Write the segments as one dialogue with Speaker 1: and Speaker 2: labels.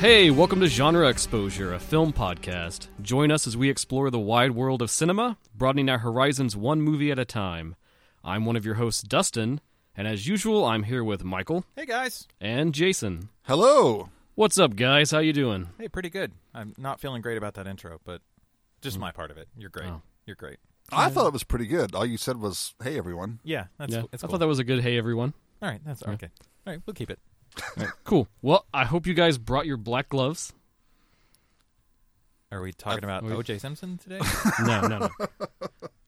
Speaker 1: Hey, welcome to Genre Exposure, a film podcast. Join us as we explore the wide world of cinema, broadening our horizons one movie at a time. I'm one of your hosts, Dustin, and as usual, I'm here with Michael
Speaker 2: Hey guys.
Speaker 1: and Jason.
Speaker 3: Hello.
Speaker 1: What's up, guys? How you doing?
Speaker 2: Hey, pretty good. I'm not feeling great about that intro, but
Speaker 1: Hmm.
Speaker 2: just my part of it. You're
Speaker 1: Oh.
Speaker 2: great. You're great.
Speaker 3: I thought it was pretty good. All you said was, "Hey, everyone."
Speaker 2: Yeah, that's
Speaker 1: yeah,
Speaker 2: cool. That's
Speaker 1: I
Speaker 2: cool.
Speaker 1: thought that was a good hey, everyone.
Speaker 2: All right, that's okay. All right, we'll keep it.
Speaker 1: Cool. Well, I hope you guys brought your black gloves.
Speaker 2: Are we talking about
Speaker 1: we-
Speaker 2: O.J. Simpson today?
Speaker 1: No, no, no.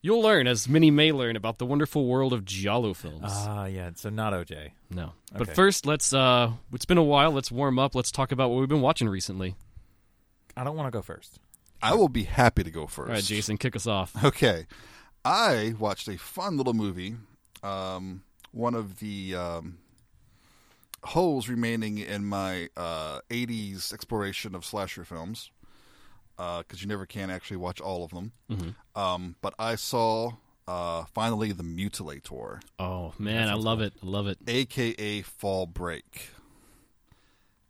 Speaker 1: You'll learn, as many may learn, about the wonderful world of giallo films.
Speaker 2: Ah, yeah. So not O.J.
Speaker 1: no, but
Speaker 2: okay.
Speaker 1: first, let's. uh It's been a while. Let's warm up. Let's talk about what we've been watching recently.
Speaker 2: I don't want to go first.
Speaker 3: I will be happy to go first.
Speaker 1: All right, Jason, kick us off.
Speaker 3: Okay. I watched a fun little movie. Um, one of the um, holes remaining in my uh, '80s exploration of slasher films, because you never can actually watch all of them.
Speaker 1: Mm-hmm.
Speaker 3: Um, but I saw uh, finally the Mutilator,
Speaker 1: Oh man, I love it. I love it.
Speaker 3: aka Fall Break,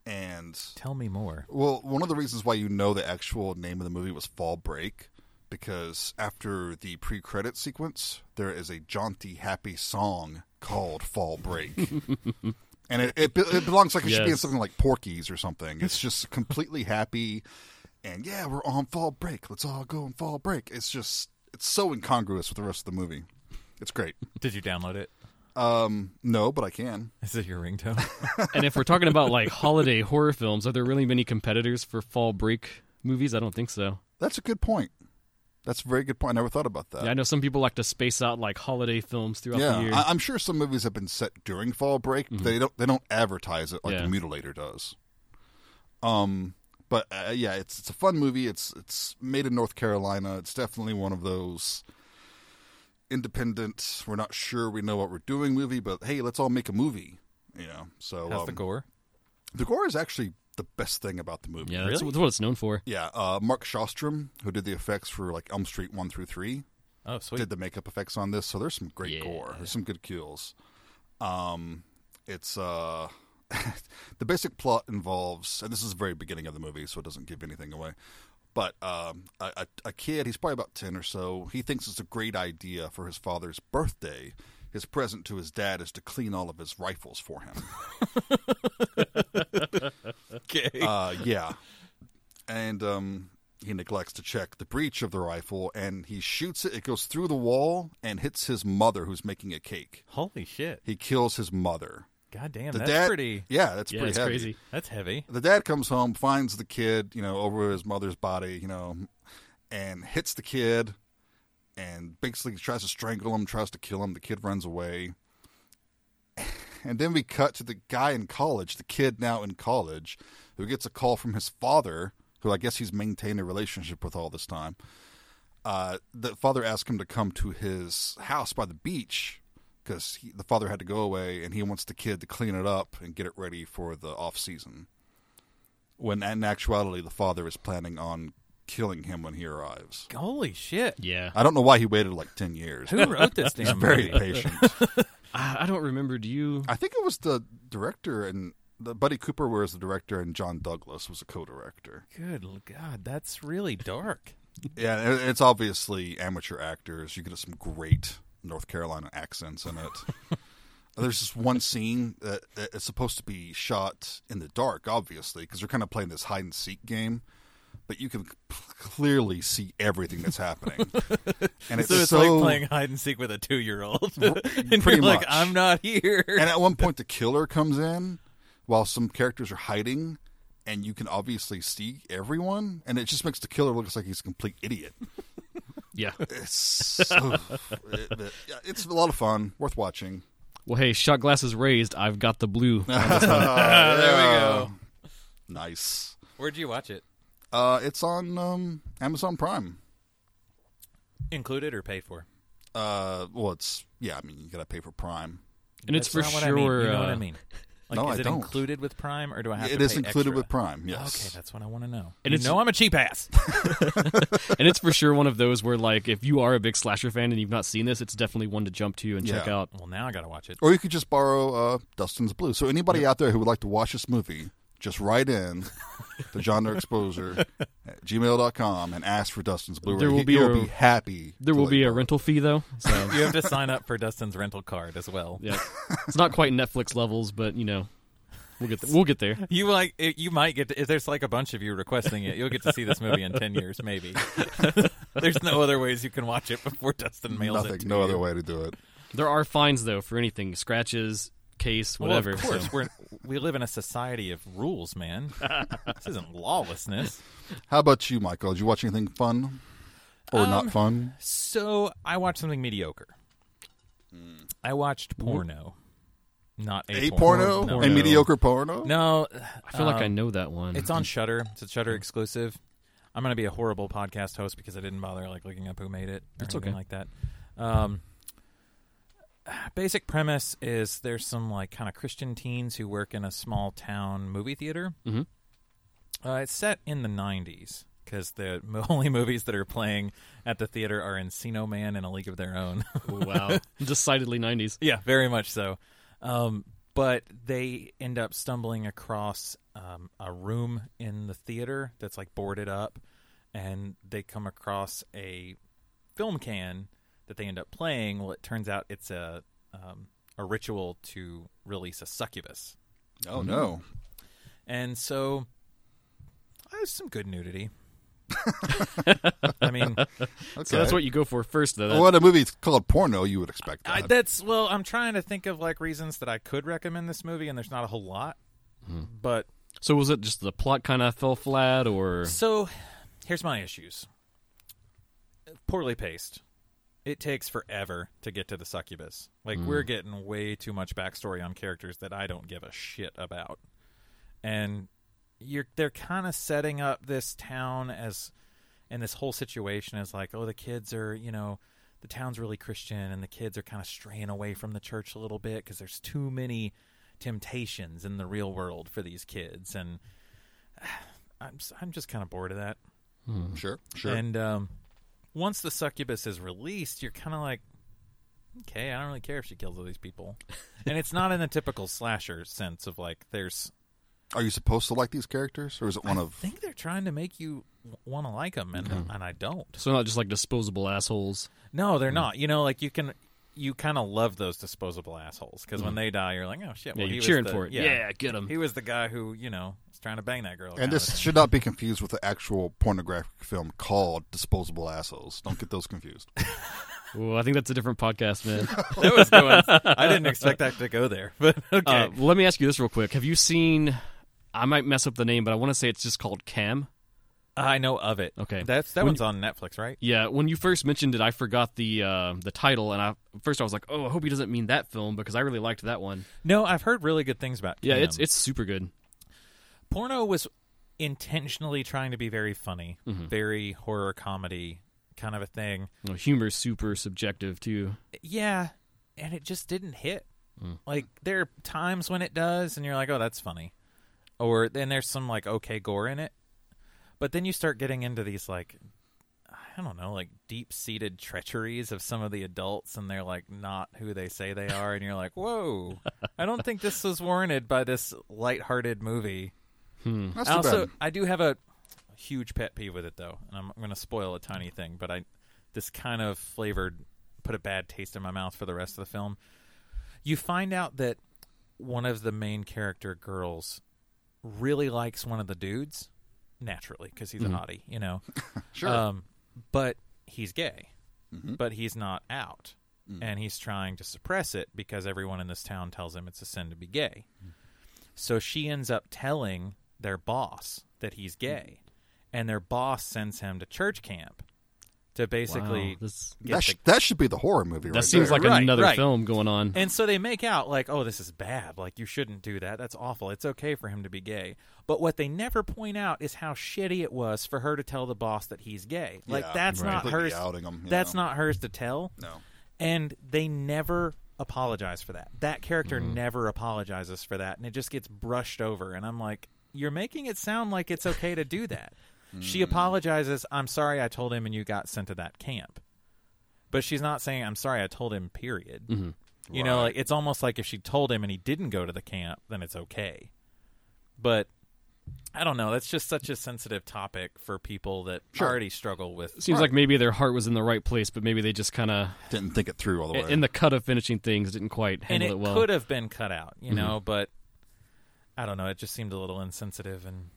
Speaker 3: and
Speaker 2: Tell me more.
Speaker 3: Well, one of the reasons why you know the actual name of the movie was Fall Break, because after the pre credit sequence, there is a jaunty, happy song called Fall Break. and it, it, be- it belongs like it should be in
Speaker 1: Yes.
Speaker 3: something like Porky's or something. It's just completely happy. And yeah, we're on Fall Break. Let's all go on Fall Break. It's just, it's so incongruous with the rest of the movie. It's great.
Speaker 2: Did you download it?
Speaker 3: Um, no, but I can.
Speaker 2: Is it your ringtone?
Speaker 1: And if we're talking about like holiday horror films, are there really many competitors for fall break movies? I don't think so.
Speaker 3: That's a good point. That's a very good point. I never thought about that.
Speaker 1: Yeah, I know some people like to space out like holiday films throughout
Speaker 3: yeah,
Speaker 1: the year.
Speaker 3: I, I'm sure some movies have been set during fall break. But they don't they don't advertise it like
Speaker 1: Yeah.
Speaker 3: the Mutilator does. Um, but uh, yeah, it's it's a fun movie. It's it's made in North Carolina. It's definitely one of those independent. We're not sure we know what we're doing movie, but hey, let's all make a movie. You know, so
Speaker 2: How's
Speaker 3: um,
Speaker 2: the gore?
Speaker 3: the gore is actually the best thing about the movie.
Speaker 1: yeah, that's,
Speaker 2: Really?
Speaker 1: that's what it's known for.
Speaker 3: Yeah, uh, Mark Shostrom, who did the effects for like Elm Street one through three,
Speaker 2: Oh, sweet.
Speaker 3: did the makeup effects on this, so there's some great
Speaker 1: Yeah.
Speaker 3: gore. There's some good kills. Um, it's uh, the basic plot involves, and this is the very beginning of the movie, so it doesn't give anything away. But um, a, a, a kid, he's probably about ten or so. He thinks it's a great idea for his father's birthday. His present to his dad is to clean all of his rifles for him.
Speaker 2: Okay.
Speaker 3: uh, yeah, and um, he neglects to check the breech of the rifle, and he shoots it. It goes through the wall and hits his mother, who's making a cake.
Speaker 2: Holy shit.
Speaker 3: he kills his mother.
Speaker 2: God damn,
Speaker 3: The
Speaker 2: that's
Speaker 3: dad,
Speaker 2: pretty.
Speaker 3: Yeah, that's
Speaker 1: Yeah,
Speaker 3: pretty
Speaker 1: it's
Speaker 3: heavy.
Speaker 1: crazy.
Speaker 2: That's heavy.
Speaker 3: The dad comes home, finds the kid, you know, over his mother's body, you know, and hits the kid, and basically tries to strangle him, tries to kill him. The kid runs away, and then we cut to the guy in college, the kid now in college, who gets a call from his father, who I guess he's maintained a relationship with all this time. Uh, the father asked him to come to his house by the beach because the father had to go away, and he wants the kid to clean it up and get it ready for the off season. When in actuality, the father is planning on killing him when he arrives.
Speaker 2: Holy shit.
Speaker 1: Yeah,
Speaker 3: I don't know why he waited like ten years.
Speaker 2: Who wrote this damn
Speaker 3: Very
Speaker 2: movie?
Speaker 3: patient.
Speaker 1: I, I don't remember. Do you?
Speaker 3: I think it was the director and the Buddy Cooper was the director, and John Douglas was a co-director.
Speaker 2: Good l- God, that's really dark.
Speaker 3: Yeah, it- it's obviously amateur actors. You get some great North Carolina accents in it. There's this one scene that that is supposed to be shot in the dark, obviously, because they're kind of playing this hide and seek game. But you can c- clearly see everything that's happening, and it's
Speaker 2: So
Speaker 3: so.
Speaker 2: it's like playing hide and seek with a two year old. and
Speaker 3: pretty
Speaker 2: you're like,
Speaker 3: much.
Speaker 2: I'm not here.
Speaker 3: and at one point, the killer comes in while some characters are hiding, and you can obviously see everyone, and it just makes the killer look like he's a complete idiot.
Speaker 1: Yeah.
Speaker 3: It's so, it- it- yeah, it's a lot of fun, worth watching.
Speaker 1: Well, hey, shot glasses raised. I've got the blue.
Speaker 2: there we go.
Speaker 3: Uh, Nice.
Speaker 2: Where'd you watch it?
Speaker 3: Uh, it's on um, Amazon Prime.
Speaker 2: Included or paid for?
Speaker 3: Uh, well, it's yeah. I mean, you gotta pay for Prime.
Speaker 1: And it's for
Speaker 2: That's not
Speaker 1: sure.
Speaker 2: What I mean. You know what
Speaker 1: uh,
Speaker 2: I mean? Like,
Speaker 3: no,
Speaker 2: is
Speaker 3: I
Speaker 2: it
Speaker 3: don't.
Speaker 2: included with Prime, or do I have
Speaker 3: It
Speaker 2: to
Speaker 3: is
Speaker 2: pay
Speaker 3: included
Speaker 2: extra?
Speaker 3: with Prime.
Speaker 2: Okay,
Speaker 3: Yes.
Speaker 2: that's what I want to know.
Speaker 1: And
Speaker 2: you
Speaker 1: it's-
Speaker 2: know I'm a cheap ass.
Speaker 1: and it's for sure one of those where like if you are a big slasher fan and you've not seen this, it's definitely one to jump to and check
Speaker 3: Yeah.
Speaker 1: out.
Speaker 2: well, now I gotta watch it.
Speaker 3: Or you could just borrow uh, Dustin's Blue. So anybody out there who would like to watch this movie, just write in to genre exposure at gmail.com and ask for Dustin's Blu-ray.
Speaker 1: There will
Speaker 3: He-
Speaker 1: be
Speaker 3: he will
Speaker 1: a-
Speaker 3: be happy.
Speaker 1: There
Speaker 3: to
Speaker 1: will
Speaker 3: let
Speaker 1: be
Speaker 3: you
Speaker 1: a
Speaker 3: know.
Speaker 1: rental fee though. So
Speaker 2: You have to sign up for Dustin's rental card as well.
Speaker 1: yeah, it's not quite Netflix levels, but you know, we'll get th- we'll get there.
Speaker 2: You like it- you might get to, if there's like a bunch of you requesting it, you'll get to see this movie in ten years, maybe. there's no other ways you can watch it before Dustin mails it.
Speaker 3: Nothing,
Speaker 2: to
Speaker 3: no
Speaker 2: you.
Speaker 3: other way to do it.
Speaker 1: There are fines though for anything scratches, case,
Speaker 2: Well,
Speaker 1: whatever.
Speaker 2: of
Speaker 1: so-
Speaker 2: course, we're we live in a society of rules, man. this isn't lawlessness.
Speaker 3: How about you, Michael? Did you watch anything fun or
Speaker 2: Um,
Speaker 3: not fun?
Speaker 2: So I watched something mediocre. I watched porno, not a,
Speaker 3: A porno,
Speaker 2: No.
Speaker 3: a mediocre porno.
Speaker 2: No,
Speaker 1: I feel
Speaker 2: Um,
Speaker 1: like I know that one.
Speaker 2: It's on Shutter. It's a Shutter exclusive. I'm gonna be a horrible podcast host because I didn't bother like looking up who made it or
Speaker 1: It's
Speaker 2: anything
Speaker 1: okay.
Speaker 2: like that. Um, basic premise is there's some like kind of Christian teens who work in a small town movie theater.
Speaker 1: Mhm.
Speaker 2: Uh, it's set in the '90s because the mo- only movies that are playing at the theater are Encino Man and A League of Their Own.
Speaker 1: wow, decidedly nineties.
Speaker 2: Yeah, very much so. Um, but they end up stumbling across um, a room in the theater that's like boarded up, and they come across a film can that they end up playing. Well, it turns out it's a um, a ritual to release a succubus,
Speaker 3: Oh
Speaker 2: Mm-hmm.
Speaker 3: no!
Speaker 2: and so uh, there's some good nudity. I mean,
Speaker 3: Okay.
Speaker 1: So that's what you go for first though. That's-
Speaker 3: Well, in a movie called porno, you would expect
Speaker 2: I,
Speaker 3: that.
Speaker 2: that's well. I'm trying to think of like reasons that I could recommend this movie, and there's not a whole lot. But
Speaker 1: So was it just the plot kind of fell flat, or
Speaker 2: So, here's my issues. Poorly paced. It takes forever to get to the succubus. Like we're getting way too much backstory on characters that I don't give a shit about. And you're they're kind of setting up this town as and this whole situation is like, oh, the kids are, you know, the town's really Christian and the kids are kind of straying away from the church a little bit cuz there's too many temptations in the real world for these kids and I'm s- I'm just kind of bored of that.
Speaker 3: sure, sure.
Speaker 2: And um, once the succubus is released, you're kind of like, okay, I don't really care if she kills all these people. and it's not in the typical slasher sense of like, there's.
Speaker 3: Are you supposed to like these characters, or is it one
Speaker 2: I
Speaker 3: of?
Speaker 2: think they're trying to make you want to like them, and
Speaker 1: Mm-hmm.
Speaker 2: and I don't.
Speaker 1: so not just like disposable assholes?
Speaker 2: No,
Speaker 1: Mm.
Speaker 2: they're not. You know, like you can. You kind of love those disposable assholes because when they die, you're like, oh shit!
Speaker 1: Mm. Yeah,
Speaker 2: well, he
Speaker 1: you're
Speaker 2: was
Speaker 1: cheering
Speaker 2: the-
Speaker 1: for it. Yeah, get him.
Speaker 2: he was the guy who you know was trying to bang that girl.
Speaker 3: and
Speaker 2: kinda
Speaker 3: this should not be confused with the actual pornographic film called Disposable Assholes. Don't get those confused.
Speaker 1: Well, I think that's a different podcast, man.
Speaker 2: thing. that was going. I didn't expect that to go there, but okay.
Speaker 1: Uh, let me ask you this real quick: Have you seen? I might mess up the name, but I want to say it's just called Cam.
Speaker 2: I know of it.
Speaker 1: Okay.
Speaker 2: that's that
Speaker 1: When
Speaker 2: one's on Netflix, right?
Speaker 1: Yeah, when you first mentioned it, I forgot the uh, the title, and I first I was like, "Oh, I hope he doesn't mean that film," because I really liked that one.
Speaker 2: No, I've heard really good things about.
Speaker 1: Yeah,
Speaker 2: Cam.
Speaker 1: it's it's super good.
Speaker 2: porno was intentionally trying to be very funny,
Speaker 1: Mm-hmm.
Speaker 2: very horror comedy kind of a thing.
Speaker 1: You know, humor's super subjective too.
Speaker 2: Yeah, and it just didn't hit.
Speaker 1: Mm.
Speaker 2: Like there are times when it does, and you're like, oh, that's funny, or then there's some like okay gore in it, but then you start getting into these like. I don't know, like deep seated treacheries of some of the adults, and they're like not who they say they are, and you're like, "Whoa, I don't think this was warranted by this light-hearted movie."
Speaker 3: That's
Speaker 2: Mm. I
Speaker 3: too
Speaker 2: also,
Speaker 3: bad.
Speaker 2: I do have a huge pet peeve with it though, and I'm going to spoil a tiny thing, but I this kind of flavored put a bad taste in my mouth for the rest of the film. You find out that one of the main character girls really likes one of the dudes naturally because he's a hottie, you know.
Speaker 3: Sure.
Speaker 2: Um, but he's gay, but he's not out, and he's trying to suppress it because everyone in this town tells him it's a sin to be gay. So she ends up telling their boss that he's gay, and their boss sends him to church camp to basically
Speaker 1: Wow, this-
Speaker 2: get
Speaker 3: that,
Speaker 2: the
Speaker 3: sh- that should be the horror movie.
Speaker 1: that seems like
Speaker 2: Right,
Speaker 1: another
Speaker 2: right.
Speaker 1: film going on.
Speaker 3: Mm-hmm.
Speaker 2: And so they make out like, oh, this is bad. Like, you shouldn't do that. That's awful. It's okay for him to be gay. But what they never point out is how shitty it was for her to tell the boss that he's gay. Like,
Speaker 3: Yeah,
Speaker 2: that's
Speaker 3: right.
Speaker 2: not
Speaker 3: Completely
Speaker 2: hers.
Speaker 3: outing him, you
Speaker 2: that's
Speaker 3: know.
Speaker 2: not hers to tell.
Speaker 3: no.
Speaker 2: And they never apologize for that. That character
Speaker 3: Mm-hmm.
Speaker 2: never apologizes for that. And it just gets brushed over. And I'm like, you're making it sound like it's okay to do that.
Speaker 3: Mm.
Speaker 2: She apologizes. I'm sorry I told him and you got sent to that camp. But she's not saying, I'm sorry I told him, period. You know,
Speaker 3: Mm-hmm. Right.
Speaker 2: like it's almost like if she told him and he didn't go to the camp, then it's okay. But I don't know. That's just such a sensitive topic for people that
Speaker 3: Sure.
Speaker 2: already struggle with.
Speaker 1: Seems like maybe their heart was in the right place, but maybe they just kind of
Speaker 3: Didn't think it through all the way.
Speaker 1: in the cut of finishing things didn't quite
Speaker 2: And
Speaker 1: handle
Speaker 2: it
Speaker 1: well. Mm-hmm.
Speaker 2: could have been cut out, you know, but I don't know. It just seemed a little insensitive, and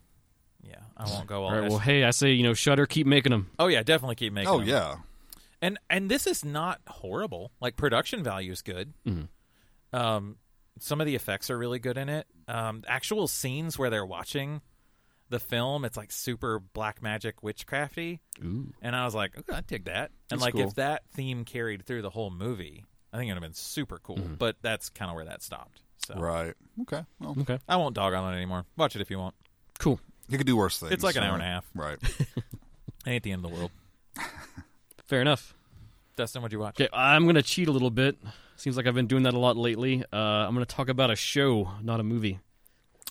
Speaker 2: yeah, I won't go all.
Speaker 1: All right. Well,
Speaker 2: S-
Speaker 1: hey, I say you know, Shutter, keep making them.
Speaker 2: oh yeah, definitely keep making.
Speaker 3: oh
Speaker 2: them.
Speaker 3: yeah,
Speaker 2: and and this is not horrible. Like production value is good.
Speaker 1: Mm-hmm.
Speaker 2: Um, some of the effects are really good in it. Um, actual scenes where they're watching the film, it's like super black magic witchcrafty.
Speaker 1: Ooh.
Speaker 2: And I was like, okay, I dig that. And
Speaker 3: That's
Speaker 2: like
Speaker 3: cool.
Speaker 2: if that theme carried through the whole movie, I think it would have been super cool.
Speaker 1: Mm-hmm.
Speaker 2: But that's kind of where that stopped. So
Speaker 3: right. Okay. Well,
Speaker 1: Okay.
Speaker 2: I won't dog on it anymore. Watch it if you want.
Speaker 1: Cool.
Speaker 3: you could do worse things.
Speaker 2: It's like an
Speaker 3: so-
Speaker 2: hour and a half.
Speaker 3: Right.
Speaker 2: Ain't the end of the world.
Speaker 1: Fair enough.
Speaker 2: Dustin, what'd you watch?
Speaker 1: Okay, I'm gonna cheat a little bit. Seems like I've been doing that a lot lately. Uh, I'm gonna talk about a show, not a movie.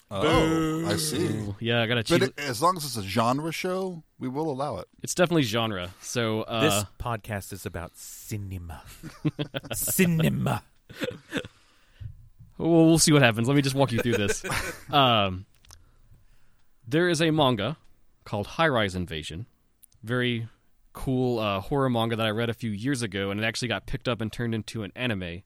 Speaker 3: Oh, I see.
Speaker 1: Ooh, yeah, I gotta cheat.
Speaker 3: But it, as long as it's a genre show, we will allow it.
Speaker 1: it's definitely genre. So uh,
Speaker 2: This podcast is about cinema. cinema.
Speaker 1: Well, we'll see what happens. Let me just walk you through this. um, there is a manga called High Rise Invasion, very cool uh, horror manga that I read a few years ago, and it actually got picked up and turned into an anime,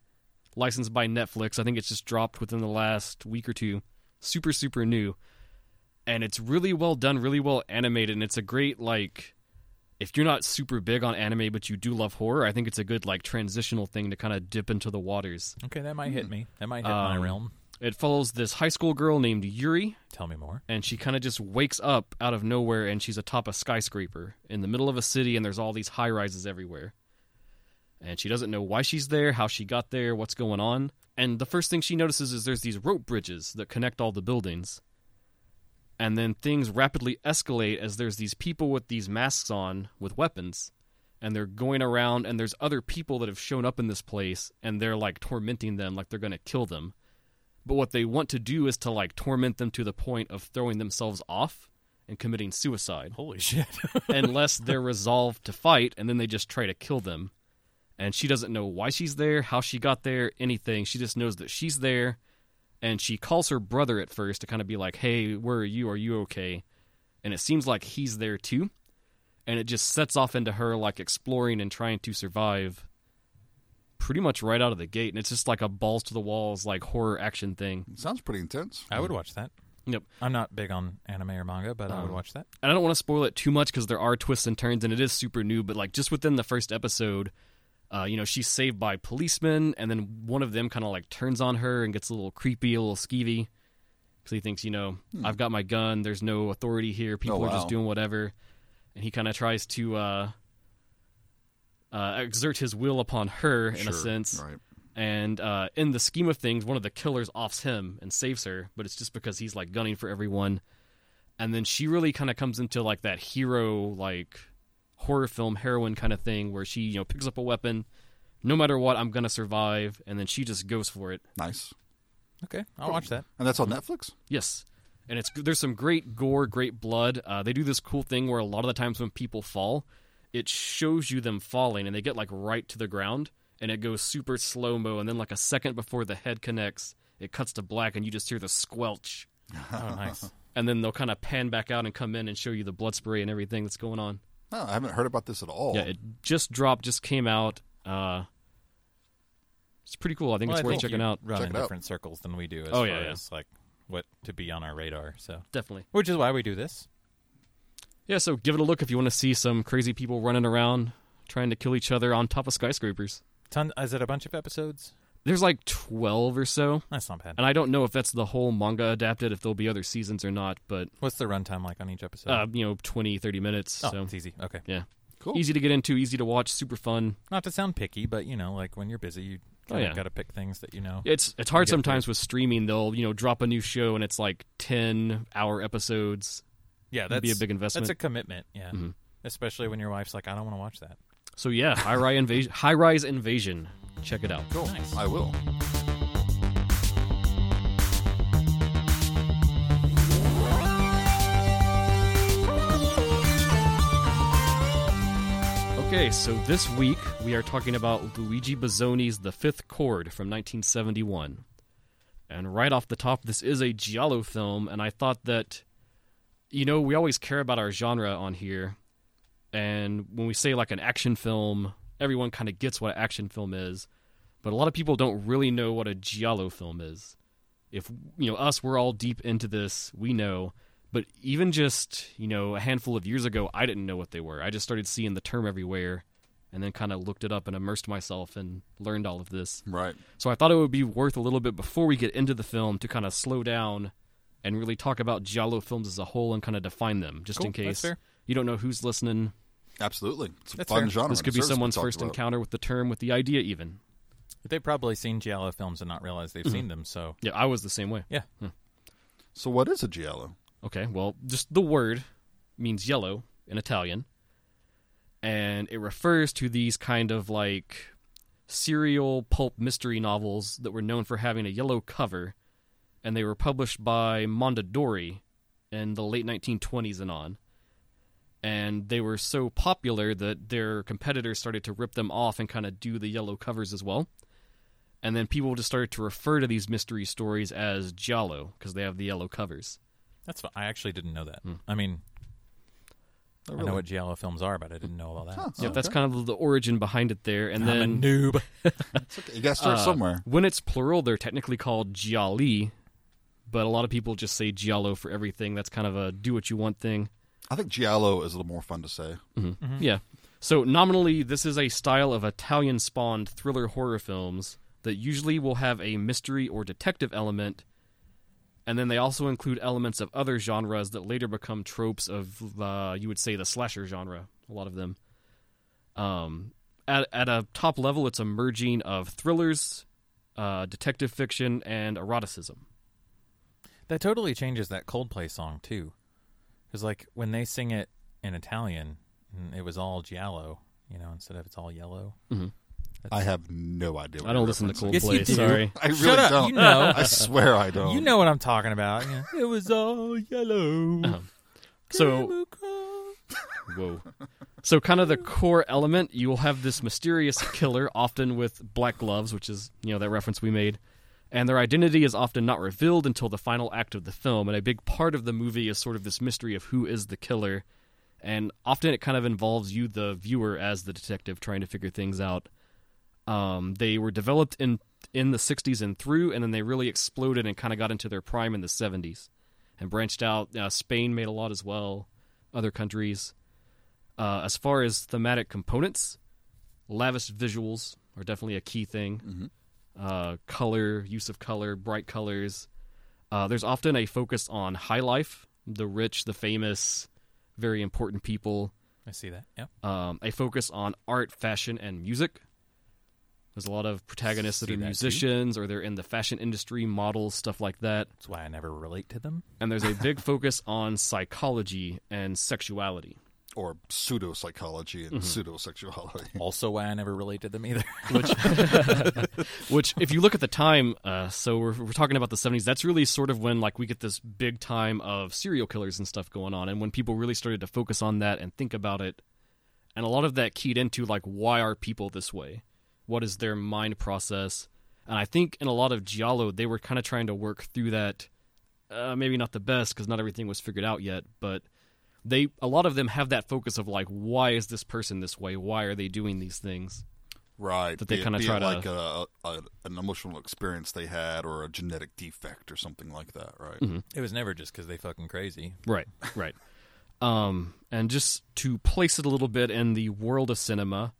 Speaker 1: licensed by Netflix. I think it's just dropped within the last week or two. Super, super new, and it's really well done, really well animated, and it's a great like. If you're not super big on anime but you do love horror, I think it's a good like transitional thing to kind of dip into the waters.
Speaker 2: Okay, that might hit me. That might hit my
Speaker 1: Um,
Speaker 2: realm.
Speaker 1: It follows this high school girl named Yuri,
Speaker 2: Tell me more.
Speaker 1: and she kind of just wakes up out of nowhere and she's atop a skyscraper in the middle of a city, and there's all these high rises everywhere. And she doesn't know why she's there, how she got there, what's going on. And the first thing she notices is there's these rope bridges that connect all the buildings. And then things rapidly escalate as there's these people with these masks on with weapons. And they're going around, and there's other people that have shown up in this place, and they're like tormenting them, like they're going to kill them but what they want to do is to like torment them to the point of throwing themselves off and committing suicide
Speaker 2: Holy shit.
Speaker 1: unless they're resolved to fight and then they just try to kill them and she doesn't know why she's there how she got there anything she just knows that she's there and she calls her brother at first to kind of be like hey where are you are you okay and it seems like he's there too and it just sets off into her like exploring and trying to survive pretty much right out of the gate and it's just like a balls to the walls like horror action thing
Speaker 3: It sounds pretty intense.
Speaker 2: I would watch that.
Speaker 1: Yep.
Speaker 2: I'm not big on anime or manga, but I would watch that.
Speaker 1: and I don't want to spoil it too much because there are twists and turns, and it is super new. But like just within the first episode, uh, you know, she's saved by policemen, and then one of them kind of like turns on her and gets a little creepy, a little skeevy, because he thinks, you know, I've got my gun. There's no authority here. People are just
Speaker 3: Hmm. Oh, wow.
Speaker 1: doing whatever, and he kind of tries to uh, uh, exert his will upon her in
Speaker 3: Sure,
Speaker 1: a sense.
Speaker 3: Right.
Speaker 1: And uh, in the scheme of things, one of the killers offs him and saves her, but it's just because he's like gunning for everyone. And then she really kind of comes into like that hero, like horror film heroine kind of thing where she, you know, picks up a weapon. No matter what, I'm going to survive. And then she just goes for it.
Speaker 3: Nice.
Speaker 2: Okay, I'll watch that.
Speaker 3: And
Speaker 1: Hmm.
Speaker 3: that's on Netflix.
Speaker 1: Yes. And it's there's some great gore, great blood. Uh, they do this cool thing where a lot of the times when people fall, it shows you them falling and they get like right to the ground and it goes super slow mo and then like a second before the head connects, it cuts to black and you just hear the squelch
Speaker 2: Oh, nice.
Speaker 1: and then they'll kind of pan back out and come in and show you the blood spray and everything that's going on.
Speaker 3: No, I haven't heard about this at all.
Speaker 1: Yeah, it just dropped, just came out. Uh, it's pretty cool. I think
Speaker 2: Well, I
Speaker 1: it's worth
Speaker 2: think
Speaker 1: checking
Speaker 2: you
Speaker 1: out.
Speaker 2: Run
Speaker 3: Check
Speaker 2: in
Speaker 3: it out.
Speaker 2: different circles than we do as
Speaker 1: Oh,
Speaker 2: far
Speaker 1: yeah, yeah.
Speaker 2: as like what to be on our radar. So,
Speaker 1: Definitely.
Speaker 2: which is why we do this.
Speaker 1: Yeah, so give it a look if you want to see some crazy people running around trying to kill each other on top of skyscrapers.
Speaker 2: Ton- is it a bunch of episodes?
Speaker 1: There's like 12 or so,
Speaker 2: That's not bad.
Speaker 1: and I don't know if that's the whole manga adapted, if there'll be other seasons or not, but,
Speaker 2: What's the runtime like on each episode?
Speaker 1: uh, you know, 20, 30 minutes.
Speaker 2: oh,
Speaker 1: so,
Speaker 2: it's easy. Okay,
Speaker 1: yeah.
Speaker 3: Cool.
Speaker 1: Easy to get into, easy to watch, super fun.
Speaker 2: not to sound picky, but you know, like when you're busy, you
Speaker 1: Oh,
Speaker 2: kind of
Speaker 1: yeah.
Speaker 2: got to pick things that you know.
Speaker 1: It's it's hard
Speaker 2: get through.
Speaker 1: sometimes with streaming. They'll, you know, drop a new show and it's like 10 hour episodes.
Speaker 2: Yeah,
Speaker 1: It'd
Speaker 2: that's
Speaker 1: be a big investment. Mm-hmm.
Speaker 2: That's a commitment. Yeah, especially when your wife's like, I don't want to watch that.
Speaker 1: So, yeah, High Rise Invasion. High Rise Invasion. Check it out.
Speaker 3: Cool.
Speaker 2: Nice.
Speaker 3: I will.
Speaker 1: Okay, so this week we are talking about Luigi Bozzoni's The Fifth Chord from 1971. And right off the top, this is a Giallo film, and I thought that you know, we always care about our genre on here. And when we say like an action film, everyone kind of gets what an action film is. But a lot of people don't really know what a giallo film is. If, you know, us, we're all deep into this, we know. But even just, you know, a handful of years ago, I didn't know what they were. I just started seeing the term everywhere and then kind of looked it up and immersed myself and learned all of this.
Speaker 3: Right.
Speaker 1: So I thought it would be worth a little bit before we get into the film to kind of slow down and really talk about giallo films as a whole and kind of define them, just
Speaker 2: Cool,
Speaker 1: in
Speaker 2: that's
Speaker 1: case
Speaker 2: fair.
Speaker 1: you don't know who's listening.
Speaker 3: Absolutely. It's a
Speaker 2: That's
Speaker 3: fun
Speaker 2: fair.
Speaker 3: genre.
Speaker 1: This
Speaker 3: It
Speaker 1: could be
Speaker 3: deserves to
Speaker 1: someone's
Speaker 3: talked
Speaker 1: first
Speaker 3: about.
Speaker 1: encounter with the term, with the idea, even.
Speaker 2: They've probably seen giallo films and not realized
Speaker 1: Mm-hmm.
Speaker 2: they've seen them. So
Speaker 1: Yeah, I was the same way.
Speaker 2: yeah,
Speaker 3: So what is a giallo?
Speaker 1: Okay, well, just the word means yellow in Italian, and it refers to these kind of like serial pulp mystery novels that were known for having a yellow cover, and they were published by Mondadori in the late 1920s and on. And they were so popular that their competitors started to rip them off and kind of do the yellow covers as well. And then people just started to refer to these mystery stories as giallo because they have the yellow covers.
Speaker 2: that's. Fun. I actually didn't know that.
Speaker 1: Mm.
Speaker 2: I mean, I know what giallo films are, but I didn't know all that.
Speaker 3: Huh.
Speaker 2: So
Speaker 1: Yeah, that's kind of the origin behind it there. And
Speaker 2: I'm a
Speaker 1: then
Speaker 2: noob.
Speaker 3: It's okay. You got to start
Speaker 1: uh,
Speaker 3: somewhere.
Speaker 1: when it's plural, they're technically called gialli, but a lot of people just say giallo for everything. That's kind of a do what you want thing.
Speaker 3: I think giallo is a little more fun to say.
Speaker 2: Mm-hmm.
Speaker 1: Yeah. So nominally, this is a style of Italian spawned thriller horror films that usually will have a mystery or detective element, and then they also include elements of other genres that later become tropes of, uh, you would say, the slasher genre. A lot of them. Um, at at a top level, it's a merging of thrillers, uh, detective fiction, and eroticism.
Speaker 2: That totally changes that Coldplay song too, because like when they sing it in Italian, mm, it was all giallo, you know, instead of it's all yellow.
Speaker 3: I have no idea. What
Speaker 1: I don't
Speaker 3: you're
Speaker 1: listen to
Speaker 3: referencing.
Speaker 1: Coldplay.
Speaker 2: Yes, you do.
Speaker 1: Sorry.
Speaker 3: I really
Speaker 2: Shut up,
Speaker 3: don't.
Speaker 2: you know.
Speaker 3: I swear I
Speaker 1: Oh.
Speaker 3: don't.
Speaker 2: You know what I'm talking about. Yeah. it was all yellow.
Speaker 1: Uh-huh. So
Speaker 2: Democrat.
Speaker 1: Whoa. So, kind of the core element, you will have this mysterious killer, often with black gloves, which is, you know, that reference we made. And their identity is often not revealed until the final act of the film. And a big part of the movie is sort of this mystery of who is the killer. And often it kind of involves you, the viewer, as the detective trying to figure things out. Um, they were developed in in the 60s and through, and then they really exploded and kind of got into their prime in the 70s and branched out. Uh, Spain made a lot as well, other countries. Uh, as far as thematic components, lavish visuals are definitely a key thing.
Speaker 2: Mm-hmm.
Speaker 1: Uh, color, use of color, bright colors. Uh, there's often a focus on high life, the rich, the famous, very important people.
Speaker 2: I see that. Yeah.
Speaker 1: Um, a focus on art, fashion, and music. There's a lot of protagonists that
Speaker 2: See
Speaker 1: are
Speaker 2: that, too.
Speaker 1: musicians or they're in the fashion industry, models, stuff like that.
Speaker 2: That's why I never relate to them.
Speaker 1: And there's a big focus on psychology and sexuality.
Speaker 3: or pseudo psychology and
Speaker 1: Mm-hmm.
Speaker 3: pseudo sexuality.
Speaker 2: Also, why I never relate to them either.
Speaker 1: which which if you look at the time uh, so we're, we're talking about the 70s that's really sort of when like we get this big time of serial killers and stuff going on and when people really started to focus on that and think about it and a lot of that keyed into like why are people this way what is their mind process and i think in a lot of giallo they were kind of trying to work through that uh, maybe not the best because not everything was figured out yet but they a lot of them have that focus of like why is this person this way why are they doing these things
Speaker 3: Right.
Speaker 1: That they
Speaker 3: be it-
Speaker 1: kinda
Speaker 3: be it
Speaker 1: try to-
Speaker 3: like a, a, an emotional experience they had or a genetic defect or something like that, right?
Speaker 2: It was never just because they fucking crazy.
Speaker 1: Right, right. um, and just to place it a little bit in the world of cinema,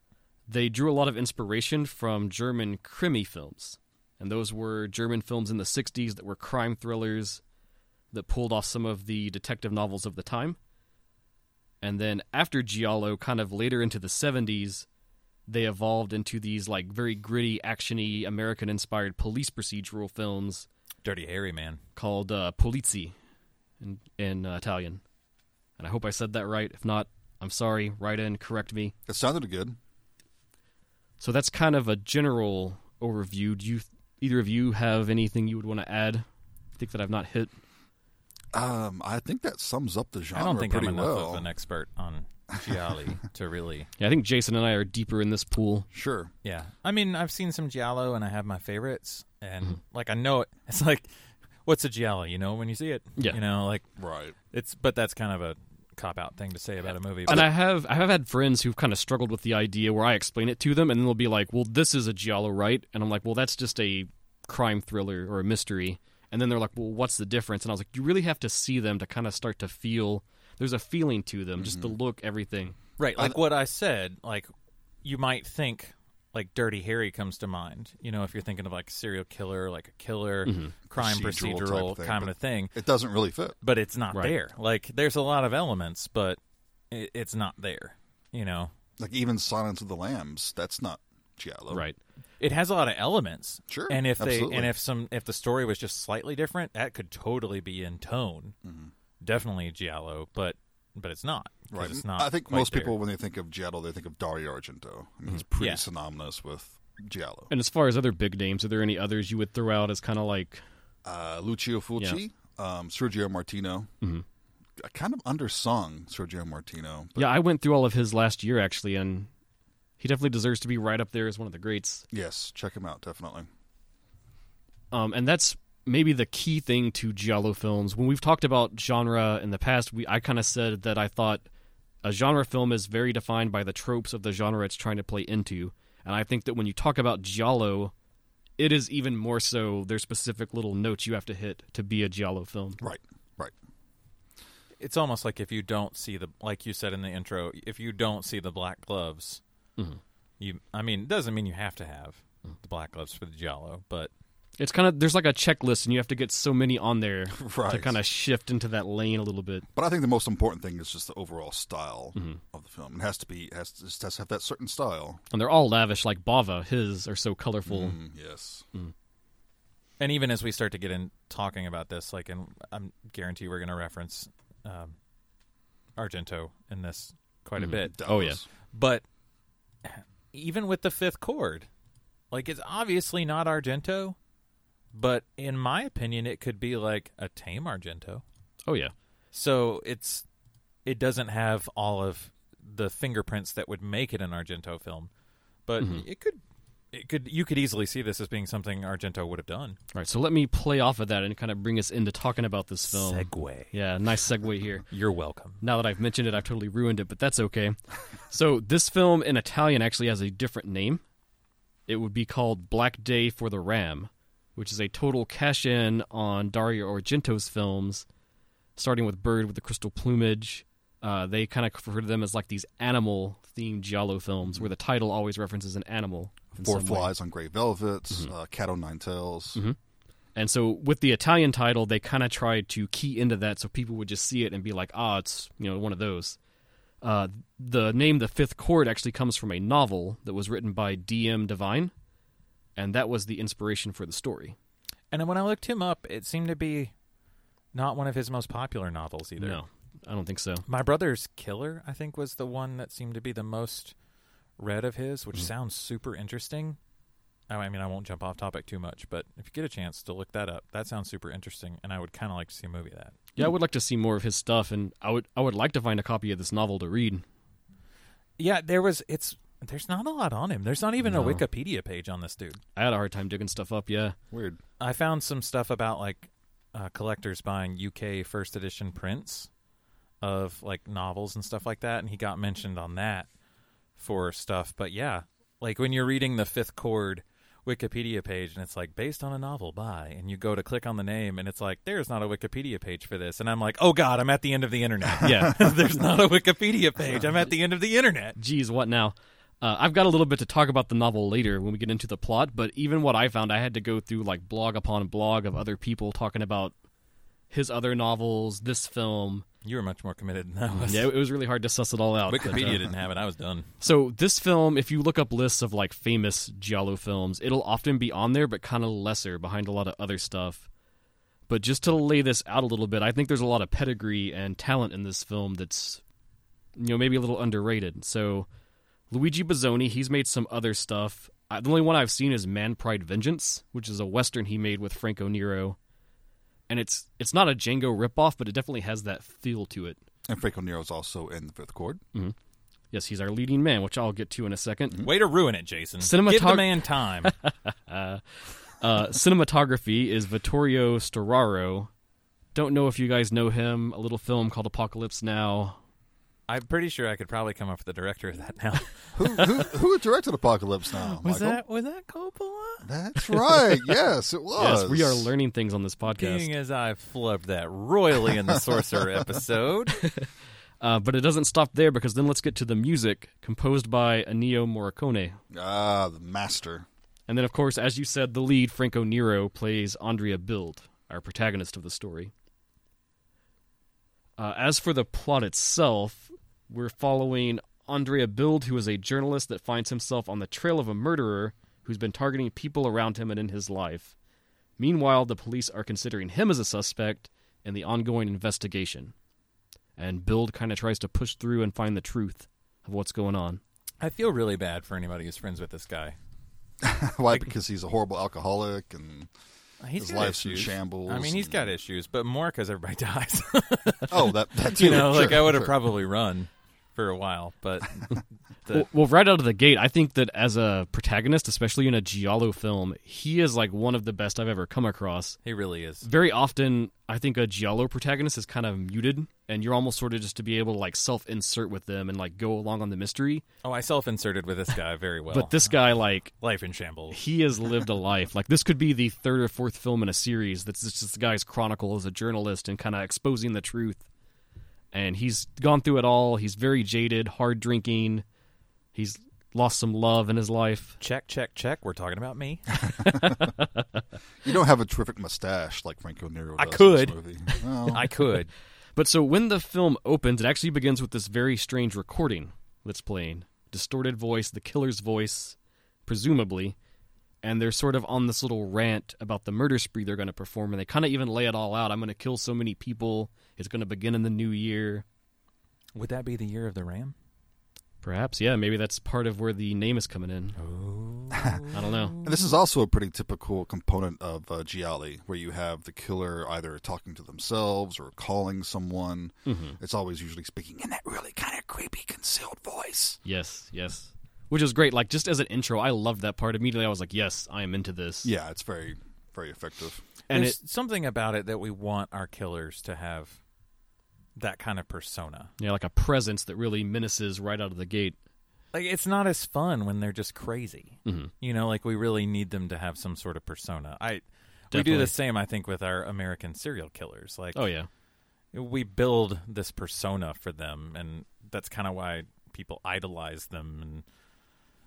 Speaker 1: they drew a lot of inspiration from German krimi films. And those were German films in the 60s that were crime thrillers that pulled off some of the detective novels of the time. And then after Giallo, kind of later into the 70s, they evolved into these like very gritty, actiony, American inspired police procedural films
Speaker 2: Dirty Harry, man.
Speaker 1: called uh, Polizzi in, in uh, Italian. And I hope I said that right. If not, I'm sorry. Write in, correct me.
Speaker 3: It sounded good.
Speaker 1: So that's kind of a general overview. Do you, either of you, have anything you would want to add? I think that I've not hit.
Speaker 3: Um, I think that sums up the genre
Speaker 2: I don't think I'm
Speaker 3: pretty
Speaker 2: enough
Speaker 3: well.
Speaker 2: of an expert on Gialli to really.
Speaker 1: Yeah, I think Jason and I are deeper in this pool.
Speaker 3: Sure.
Speaker 2: Yeah. I mean, I've seen some Giallo and I have my favorites. And, like, I know it. It's like what's a giallo? You know when you see it.
Speaker 1: Yeah.
Speaker 2: You know, like
Speaker 3: Right.
Speaker 2: it's but that's kind of a cop out thing to say about a movie.
Speaker 1: And
Speaker 2: but-
Speaker 1: I have I have had friends who've kind of struggled with the idea where I explain it to them and they'll be like, "Well, this is a giallo, right?" And I'm like, "Well, that's just a crime thriller or a mystery." And then they're like, "Well, what's the difference?" And I was like, "You really have to see them to kind of start to feel there's a feeling to them, just the look, everything."
Speaker 2: Right, like what I said, like you might think like Dirty Harry comes to mind. You know, if you're thinking of like serial killer, like a killer crime
Speaker 3: Mm-hmm. Procedural
Speaker 2: procedural,
Speaker 3: type thing,
Speaker 2: kind
Speaker 3: but-
Speaker 2: of thing,
Speaker 3: It doesn't really fit.
Speaker 2: but it's not
Speaker 1: Right.
Speaker 2: there. Like there's a lot of elements, but it, it's not there. You know,
Speaker 3: Like even Silence of the Lambs, that's not giallo.
Speaker 1: Right.
Speaker 2: it has a lot of elements.
Speaker 3: Sure,
Speaker 2: and if
Speaker 3: absolutely.
Speaker 2: they and if some if the story was just slightly different, that could totally be in tone. Definitely giallo, but but it's not. 'cause
Speaker 3: Mm-hmm. Right.
Speaker 2: It's not.
Speaker 3: I think
Speaker 2: quite
Speaker 3: most
Speaker 2: there. Mm-hmm.
Speaker 3: people, when they think of giallo, they think of Dario Argento. I mean, it's pretty
Speaker 2: Yeah.
Speaker 3: synonymous with giallo.
Speaker 1: And as far as other big names, are there any others you would throw out as kind of like
Speaker 3: Uh, Lucio Fulci, um, Sergio Martino.
Speaker 2: Mm-hmm.
Speaker 3: I Kind of undersung Sergio Martino.
Speaker 1: Yeah, I went through all of his last year actually and he definitely deserves to be right up there as one of the greats.
Speaker 3: Yes, check him out definitely.
Speaker 1: um, and that's maybe the key thing to giallo films. When we've talked about genre in the past, we I kind of said that I thought a genre film is very defined by the tropes of the genre it's trying to play into, and I think that when you talk about giallo, it is even more so. There's specific little notes you have to hit to be a giallo film.
Speaker 3: Right. Right.
Speaker 2: it's almost like if you don't see the like you said in the intro, if you don't see the black gloves, you I mean, it doesn't mean you have to have the black gloves for the giallo, but
Speaker 1: It's kind of there's like a checklist, and you have to get so many on there to
Speaker 3: Right.
Speaker 1: kind of shift into that lane a little bit.
Speaker 3: But I think the most important thing is just the overall style
Speaker 1: Mm-hmm.
Speaker 3: of the film. It has to be it has to, just has to have that certain style.
Speaker 1: And they're all lavish, like Bava. His are so colorful.
Speaker 3: Mm, yes.
Speaker 1: Eh,
Speaker 2: and even as we start to get in talking about this, like and I'm guarantee we're going to reference um, Argento in this quite a bit,
Speaker 1: Oh,
Speaker 3: Dallas.
Speaker 2: but even with the fifth chord, like it's obviously not Argento, but in my opinion, it could be like a tame Argento.
Speaker 1: Oh yeah,
Speaker 2: So it's it doesn't have all of the fingerprints that would make it an Argento film, but
Speaker 1: Mm-hmm.
Speaker 2: it could it could you could easily see this as being something Argento would have done.
Speaker 1: All right, so let me play off of that and kind of bring us into talking about this film.
Speaker 2: Segway.
Speaker 1: yeah, nice segue here.
Speaker 2: You're welcome.
Speaker 1: Now that I've mentioned it, I've totally ruined it, but that's okay. So, this film in Italian actually has a different name. It would be called Black Day for the Ram, which is a total cash in on Dario Argento's films, starting with Bird with the Crystal Plumage. Uh, they kind of refer to them as like these animal themed Giallo films, where the title always references an animal. in some
Speaker 3: Four
Speaker 1: way. Mm-hmm.
Speaker 3: Flies on Grey Velvets, uh, Cat o' Nine Tails.
Speaker 1: And so with the Italian title, they kind of tried to key into that so people would just see it and be like, ah, it's, you know, one of those. Uh, the name The Fifth Chord actually comes from a novel that was written by D.M. Devine, and that was the inspiration for the story.
Speaker 2: And when I looked him up, it seemed to be not one of his most popular novels either.
Speaker 1: No, I don't think so.
Speaker 2: My brother's killer, I think, was the one that seemed to be the most read of his, which
Speaker 1: Mm.
Speaker 2: sounds super interesting. I- I mean, I won't jump off topic too much, but if you get a chance to look that up, that sounds super interesting, and I would kind of like to see a movie of that.
Speaker 1: Yeah, I would like to see more of his stuff, and I would I would like to find a copy of this novel to read.
Speaker 2: Yeah, there was. It's there's not a lot on him. There's not even
Speaker 1: No.
Speaker 2: a Wikipedia page on this dude.
Speaker 1: I had a hard time digging stuff up. Yeah,
Speaker 3: Weird.
Speaker 2: I found some stuff about like uh, collectors buying UK first edition prints of like novels and stuff like that, and he got mentioned on that for stuff. But yeah, like when you're reading the Fifth Chord Wikipedia page, and it's like based on a novel by, and you go to click on the name, and it's like there's not a Wikipedia page for this, and I'm like, oh god, I'm at the end of the internet.
Speaker 1: yeah.
Speaker 2: there's not a Wikipedia page. I'm at the end of the internet.
Speaker 1: geez, what now? Uh, I've got a little bit to talk about the novel later when we get into the plot, but even what I found, I had to go through like blog upon blog of other people talking about his other novels, this film.
Speaker 2: You were much more committed than I was.
Speaker 1: Yeah, it was really hard to suss it all out. but, uh,
Speaker 2: Wikipedia didn't have it. I was done.
Speaker 1: so this film, if you look up lists of like famous giallo films, it'll often be on there, but kind of lesser behind a lot of other stuff. But just to lay this out a little bit, I think there's a lot of pedigree and talent in this film that's, you know, maybe a little underrated. So Luigi Bozzoni, he's made some other stuff. I, the only one I've seen is Man Pride Vengeance, which is a western he made with Franco Nero, and it's it's not a Django ripoff, but it definitely has that feel to it.
Speaker 3: And Franco Nero's also in the fifth chord.
Speaker 1: Yes, he's our leading man, which I'll get to in a second.
Speaker 2: Way to ruin it, Jason.
Speaker 1: Cinematog-
Speaker 2: Give the man time.
Speaker 1: Uh, cinematography is Vittorio Storaro. Don't know if you guys know him. A little film called Apocalypse Now.
Speaker 2: I'm pretty sure I could probably come up with the director of that now. oh,
Speaker 3: who, who who directed Apocalypse Now?
Speaker 2: was
Speaker 3: Michael?
Speaker 2: that was that Coppola?
Speaker 3: That's right. Yes, it was.
Speaker 1: Yes, we are learning things on this podcast.
Speaker 2: Being as I flubbed that royally in the Sorcerer episode,
Speaker 1: Uh, but it doesn't stop there because then let's get to the music composed by Ennio Morricone.
Speaker 3: Ah, the master.
Speaker 1: And then, of course, as you said, the lead, Franco Nero, plays Andrea Bild, our protagonist of the story. Uh, as for the plot itself, we're following Andrea Bild, who is a journalist that finds himself on the trail of a murderer who's been targeting people around him and in his life. Meanwhile, the police are considering him as a suspect in the ongoing investigation. And Bild kind of tries to push through and find the truth of what's going on.
Speaker 2: I feel really bad for anybody who's friends with this guy.
Speaker 3: Why? Because he's a horrible alcoholic and
Speaker 2: He's
Speaker 3: his
Speaker 2: got
Speaker 3: life's in
Speaker 2: issues.
Speaker 3: shambles.
Speaker 2: I mean, he's
Speaker 3: and-
Speaker 2: got issues, but more because everybody dies.
Speaker 3: Oh, that that too.
Speaker 2: you know, like
Speaker 3: Sure,
Speaker 2: I would have
Speaker 3: sure.
Speaker 2: probably run for a while, but the,
Speaker 1: Well, well, right out of the gate, I think that as a protagonist, especially in a Giallo film, he is like one of the best I've ever come across.
Speaker 2: he really is.
Speaker 1: Very often, I think a Giallo protagonist is kind of muted, and you're almost sort of just to be able to like self insert with them and like go along on the mystery.
Speaker 2: Oh, I self-inserted with this guy very well.
Speaker 1: But this guy, like,
Speaker 2: life in shambles.
Speaker 1: he has lived a life. Like, this could be the third or fourth film in a series that's just this guy's chronicle as a journalist and kind of exposing the truth. And he's gone through it all. He's very jaded, hard drinking. He's lost some love in his life.
Speaker 2: Check, check, check. We're talking about me.
Speaker 3: You don't have a terrific mustache like Franco Nero.
Speaker 2: I
Speaker 3: does in this
Speaker 2: could.
Speaker 3: movie. Well,
Speaker 2: I could.
Speaker 1: But so when the film opens, it actually begins with this very strange recording that's playing. Distorted voice, the killer's voice, presumably. And they're sort of on this little rant about the murder spree they're going to perform. And they kind of even lay it all out. I'm going to kill so many people. It's going to begin in the new year.
Speaker 2: Would that be the year of the ram?
Speaker 1: Perhaps, yeah, maybe that's part of where the name is coming in. Oh. I don't know.
Speaker 3: And this is also a pretty typical component of uh, Gialli, where you have the killer either talking to themselves or calling someone.
Speaker 2: Mm-hmm.
Speaker 3: It's always usually speaking in that really kind of creepy, concealed voice.
Speaker 1: Yes, yes. Which is great. Like, just as an intro, I loved that part. Immediately, I was like, yes, I am into this.
Speaker 3: Yeah, it's very, very effective.
Speaker 1: And it,
Speaker 2: There's something about it that we want our killers to have that kind of persona.
Speaker 1: you know, like a presence that really menaces right out of the gate.
Speaker 2: Like it's not as fun when they're just crazy.
Speaker 1: Mm-hmm.
Speaker 2: You know, like we really need them to have some sort of persona. I we do
Speaker 1: Definitely.
Speaker 2: the same I think with our American serial killers. Like
Speaker 1: Oh, yeah.
Speaker 2: we build this persona for them and that's kind of why people idolize them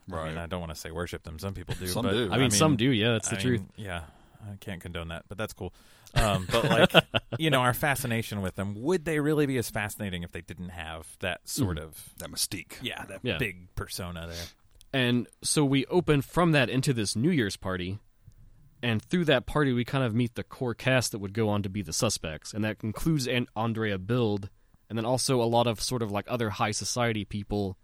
Speaker 2: and I, mean, I don't want to say worship them. Some people do.
Speaker 3: Some
Speaker 2: but,
Speaker 3: do.
Speaker 1: I mean, some do. Yeah, that's the
Speaker 2: I
Speaker 1: truth.
Speaker 2: mean, yeah, I can't condone that, but that's cool. Um, but like, you know, our fascination with them. Would they really be as fascinating if they didn't have that sort of
Speaker 3: That mystique.
Speaker 2: yeah, that
Speaker 1: Mm-hmm. Yeah.
Speaker 2: big persona there?
Speaker 1: And so we open from that into this New Year's party, and through that party we kind of meet the core cast that would go on to be the suspects, and that includes an Andrea Build, and then also a lot of sort of like other high society people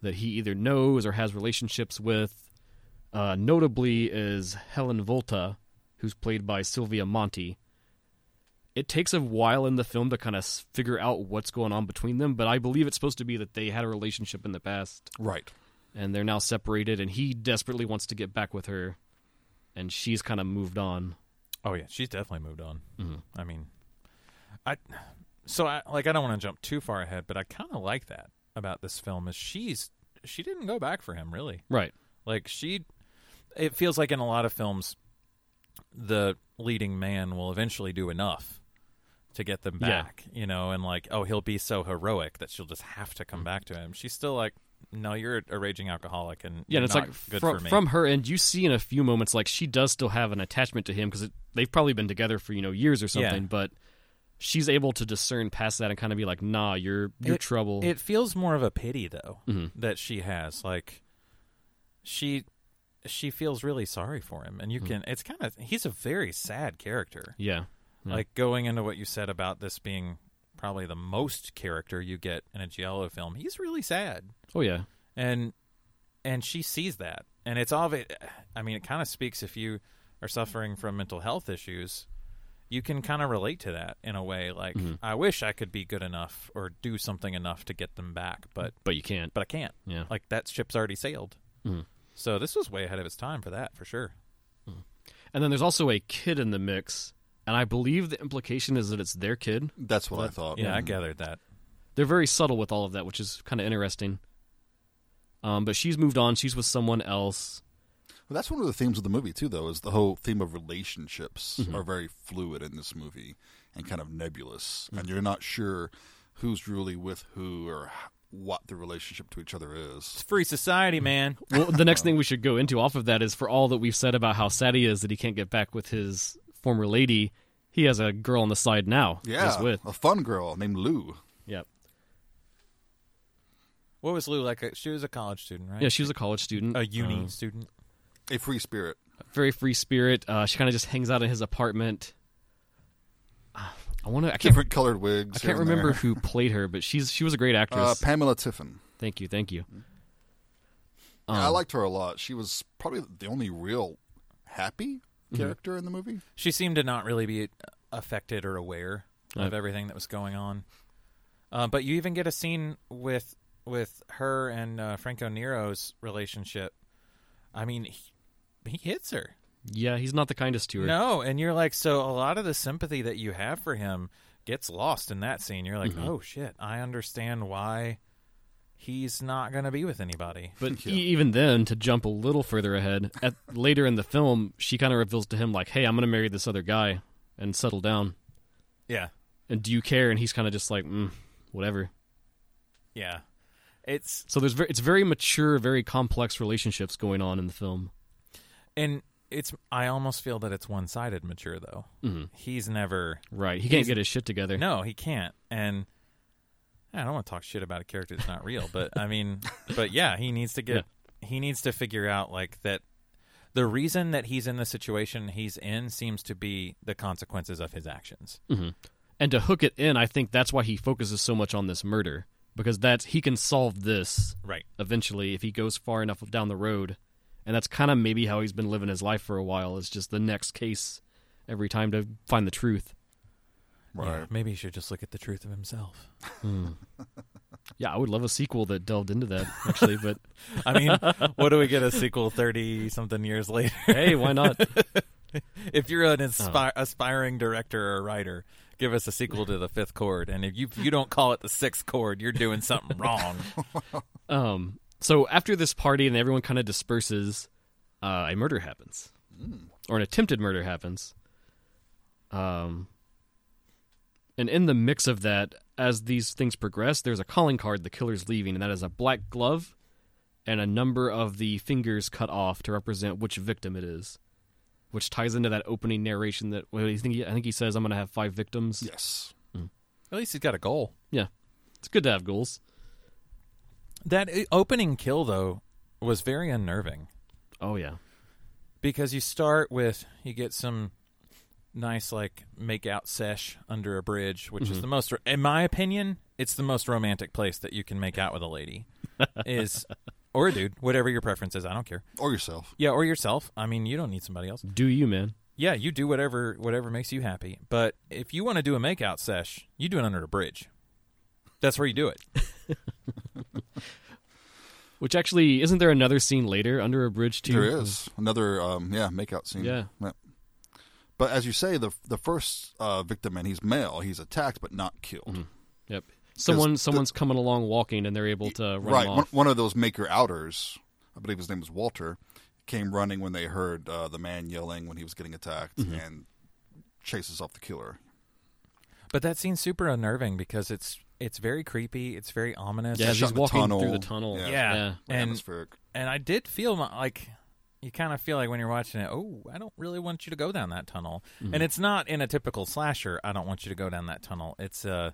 Speaker 1: that he either knows or has relationships with. Uh, notably is Helen Volta, who's played by Sylvia Monti. It takes a while in the film to kind of s- figure out what's going on between them, but I believe it's supposed to be that they had a relationship in the past
Speaker 3: Right.
Speaker 1: and they're now separated and he desperately wants to get back with her and she's kind of moved on
Speaker 2: Oh yeah, she's definitely moved on.
Speaker 1: Mm-hmm.
Speaker 2: I mean, I so I like I don't want to jump too far ahead, but I kind of like that about this film is she's she didn't go back for him really.
Speaker 1: right
Speaker 2: Like she, it feels like in a lot of films, the leading man will eventually do enough to get them
Speaker 1: Yeah.
Speaker 2: back, you know, and like, oh, he'll be so heroic that she'll just have to
Speaker 1: Mm-hmm.
Speaker 2: come back to him. She's still like, no, you're a raging alcoholic, and
Speaker 1: yeah and it's
Speaker 2: not
Speaker 1: like
Speaker 2: good
Speaker 1: from,
Speaker 2: for me.
Speaker 1: from her end you see in a few moments like she does still have an attachment to him because they've probably been together for you know years or
Speaker 2: Yeah.
Speaker 1: something but she's able to discern past that and kind of be like nah you're you're
Speaker 2: It-
Speaker 1: trouble
Speaker 2: It feels more of a pity though
Speaker 1: Mm-hmm.
Speaker 2: that she has like she she feels really sorry for him,
Speaker 1: Mm-hmm.
Speaker 2: and you can. It's kind of he's a very sad character.
Speaker 1: yeah Yeah.
Speaker 2: Like going into what you said about this being probably the most character you get in a Giallo film, he's really sad,
Speaker 1: oh yeah
Speaker 2: and and she sees that, and it's all. I mean, it kind of speaks if you are suffering from mental health issues, you can kind of relate to that in a way. Like,
Speaker 1: Mm-hmm.
Speaker 2: I wish I could be good enough or do something enough to get them back, but
Speaker 1: but you can't
Speaker 2: but I can't.
Speaker 1: Yeah. Mm-hmm.
Speaker 2: like that ship's already sailed. So this was way ahead of its time for that, for sure.
Speaker 1: And then there's also a kid in the mix, and I believe the implication is that it's their kid.
Speaker 3: That's what I
Speaker 1: Oh,
Speaker 3: thought.
Speaker 2: Yeah, I
Speaker 3: Mhm.
Speaker 2: gathered that.
Speaker 1: They're very subtle with all of that, which is kind of interesting. Um, but she's moved on. She's with someone else.
Speaker 3: Well, that's one of the themes of the movie too, though, is the whole theme of relationships
Speaker 1: Mm-hmm.
Speaker 3: are very fluid in this movie and kind of nebulous,
Speaker 1: Mm.
Speaker 3: and you're not sure who's really with who or h- what the relationship to each other
Speaker 2: It's
Speaker 3: is.
Speaker 2: free society,
Speaker 1: Mm-hmm.
Speaker 2: man.
Speaker 1: Well, the next thing we should go into off of that is for all that we've said about how sad he is that he can't get back with his former lady, he has a girl on the side now.
Speaker 3: Yeah,
Speaker 1: He's with.
Speaker 3: a fun girl named Lou.
Speaker 1: Yep.
Speaker 2: What was Lou like? A, she was a college student, right?
Speaker 1: Yeah, she was a college student.
Speaker 2: a uni
Speaker 1: Uh,
Speaker 2: student.
Speaker 3: a free spirit.
Speaker 1: very free spirit. Uh, she kind of just hangs out in his apartment. Ah, I want to. I can't.
Speaker 3: Different colored wigs.
Speaker 1: I
Speaker 3: here
Speaker 1: can't
Speaker 3: and
Speaker 1: remember
Speaker 3: there.
Speaker 1: who played her, but she's she was a great actress.
Speaker 3: Uh, Hmm. Pamela Tiffin.
Speaker 1: thank you, thank you.
Speaker 3: Yeah,
Speaker 1: Oh.
Speaker 3: I liked her a lot. She was probably the only real happy
Speaker 1: Mm-hmm.
Speaker 3: character in the movie.
Speaker 2: She seemed to not really be affected or aware of
Speaker 1: Uh,
Speaker 2: everything that was going on. Uh, but you even get a scene with with her and uh, Franco Nero's relationship. I mean, he, he hits her.
Speaker 1: Yeah, he's not the kindest to her.
Speaker 2: No, and you're like, so a lot of the sympathy that you have for him gets lost in that scene. You're like, oh shit, I understand why he's not going to be with anybody.
Speaker 1: But e- even then, to jump a little further ahead, at later in the film, she kind of reveals to him like, "Hey, I'm going to marry this other guy and settle down."
Speaker 2: Yeah,
Speaker 1: And do you care? And he's kind of just like, mm, "Whatever."
Speaker 2: yeah. It's
Speaker 1: So there's very, it's very mature, very complex relationships going on in the film.
Speaker 2: and it's. I almost feel that it's one sided mature though. He's never.
Speaker 1: Right? He can't
Speaker 2: He's-
Speaker 1: get his shit together.
Speaker 2: No, he can't. And I don't want to talk shit about a character that's not real, but I mean, but yeah, he needs to get. He needs to figure out like that. The reason that he's in the situation he's in seems to be the consequences of his actions.
Speaker 1: and to hook it in i think that's why he focuses so much on this murder because that's he can solve this
Speaker 2: Right.
Speaker 1: eventually if he goes far enough down the road and that's kind of maybe how he's been living his life for a while is just the next case every time to find the truth
Speaker 2: Yeah, maybe he should just look at the truth of himself.
Speaker 1: yeah i would love a sequel that delved into that actually but
Speaker 2: I mean, what do we get a sequel 30 something years later?
Speaker 1: hey why not
Speaker 2: if you're an inspi- aspiring director or writer, give us a sequel to the fifth chord. And if you, if you don't call it the sixth chord, you're doing something wrong.
Speaker 1: um so after this party and everyone kind of disperses uh, a murder happens or an attempted murder happens um and in the mix of that as these things progress there's a calling card the killer's leaving and that is a black glove and a number of the fingers cut off to represent which victim it is which ties into that opening narration that well, I think he, I think he says I'm going to have five victims.
Speaker 3: Yes.
Speaker 2: At least he's got a goal.
Speaker 1: yeah. It's good to have goals.
Speaker 2: That uh, opening kill, though, was very unnerving
Speaker 1: Oh yeah.
Speaker 2: because you start with you get some nice like make out sesh under a bridge, which is the most, in my opinion, it's the most romantic place that you can make out with a lady, is or a dude, whatever your preference is. I don't care.
Speaker 3: Or yourself.
Speaker 2: Yeah, or yourself. I mean, you don't need somebody else.
Speaker 1: Do you, man?
Speaker 2: Yeah, you do whatever whatever makes you happy. But if you want to do a makeout sesh, you do it under a bridge. That's where you do it.
Speaker 1: Which actually, isn't there another scene later under a bridge too?
Speaker 3: There is another, um, yeah, makeout scene.
Speaker 1: Yeah.
Speaker 3: But as you say, the the first uh, victim, and he's male. He's attacked but not killed.
Speaker 1: Mm-hmm. Yep. Someone,
Speaker 3: the-
Speaker 1: someone's coming along walking, and they're able to run
Speaker 3: right. One,
Speaker 1: off.
Speaker 3: one of those maker outers, I believe his name was Walter, came running when they heard uh, the man yelling when he was getting attacked
Speaker 1: Mm-hmm.
Speaker 3: and chases off the killer.
Speaker 2: But that scene's super unnerving because it's it's very creepy. It's very ominous.
Speaker 1: Yeah, as
Speaker 3: shot
Speaker 1: he's
Speaker 3: in the
Speaker 1: walking through
Speaker 3: tunnel.
Speaker 1: the tunnel.
Speaker 3: Yeah.
Speaker 2: Yeah.
Speaker 3: Right,
Speaker 2: And
Speaker 3: Atmospheric.
Speaker 2: and I did feel my, like you kind of feel like when you're watching it, oh, I don't really want you to go down that tunnel. And it's not in a typical slasher. I don't want you to go down that tunnel. It's uh,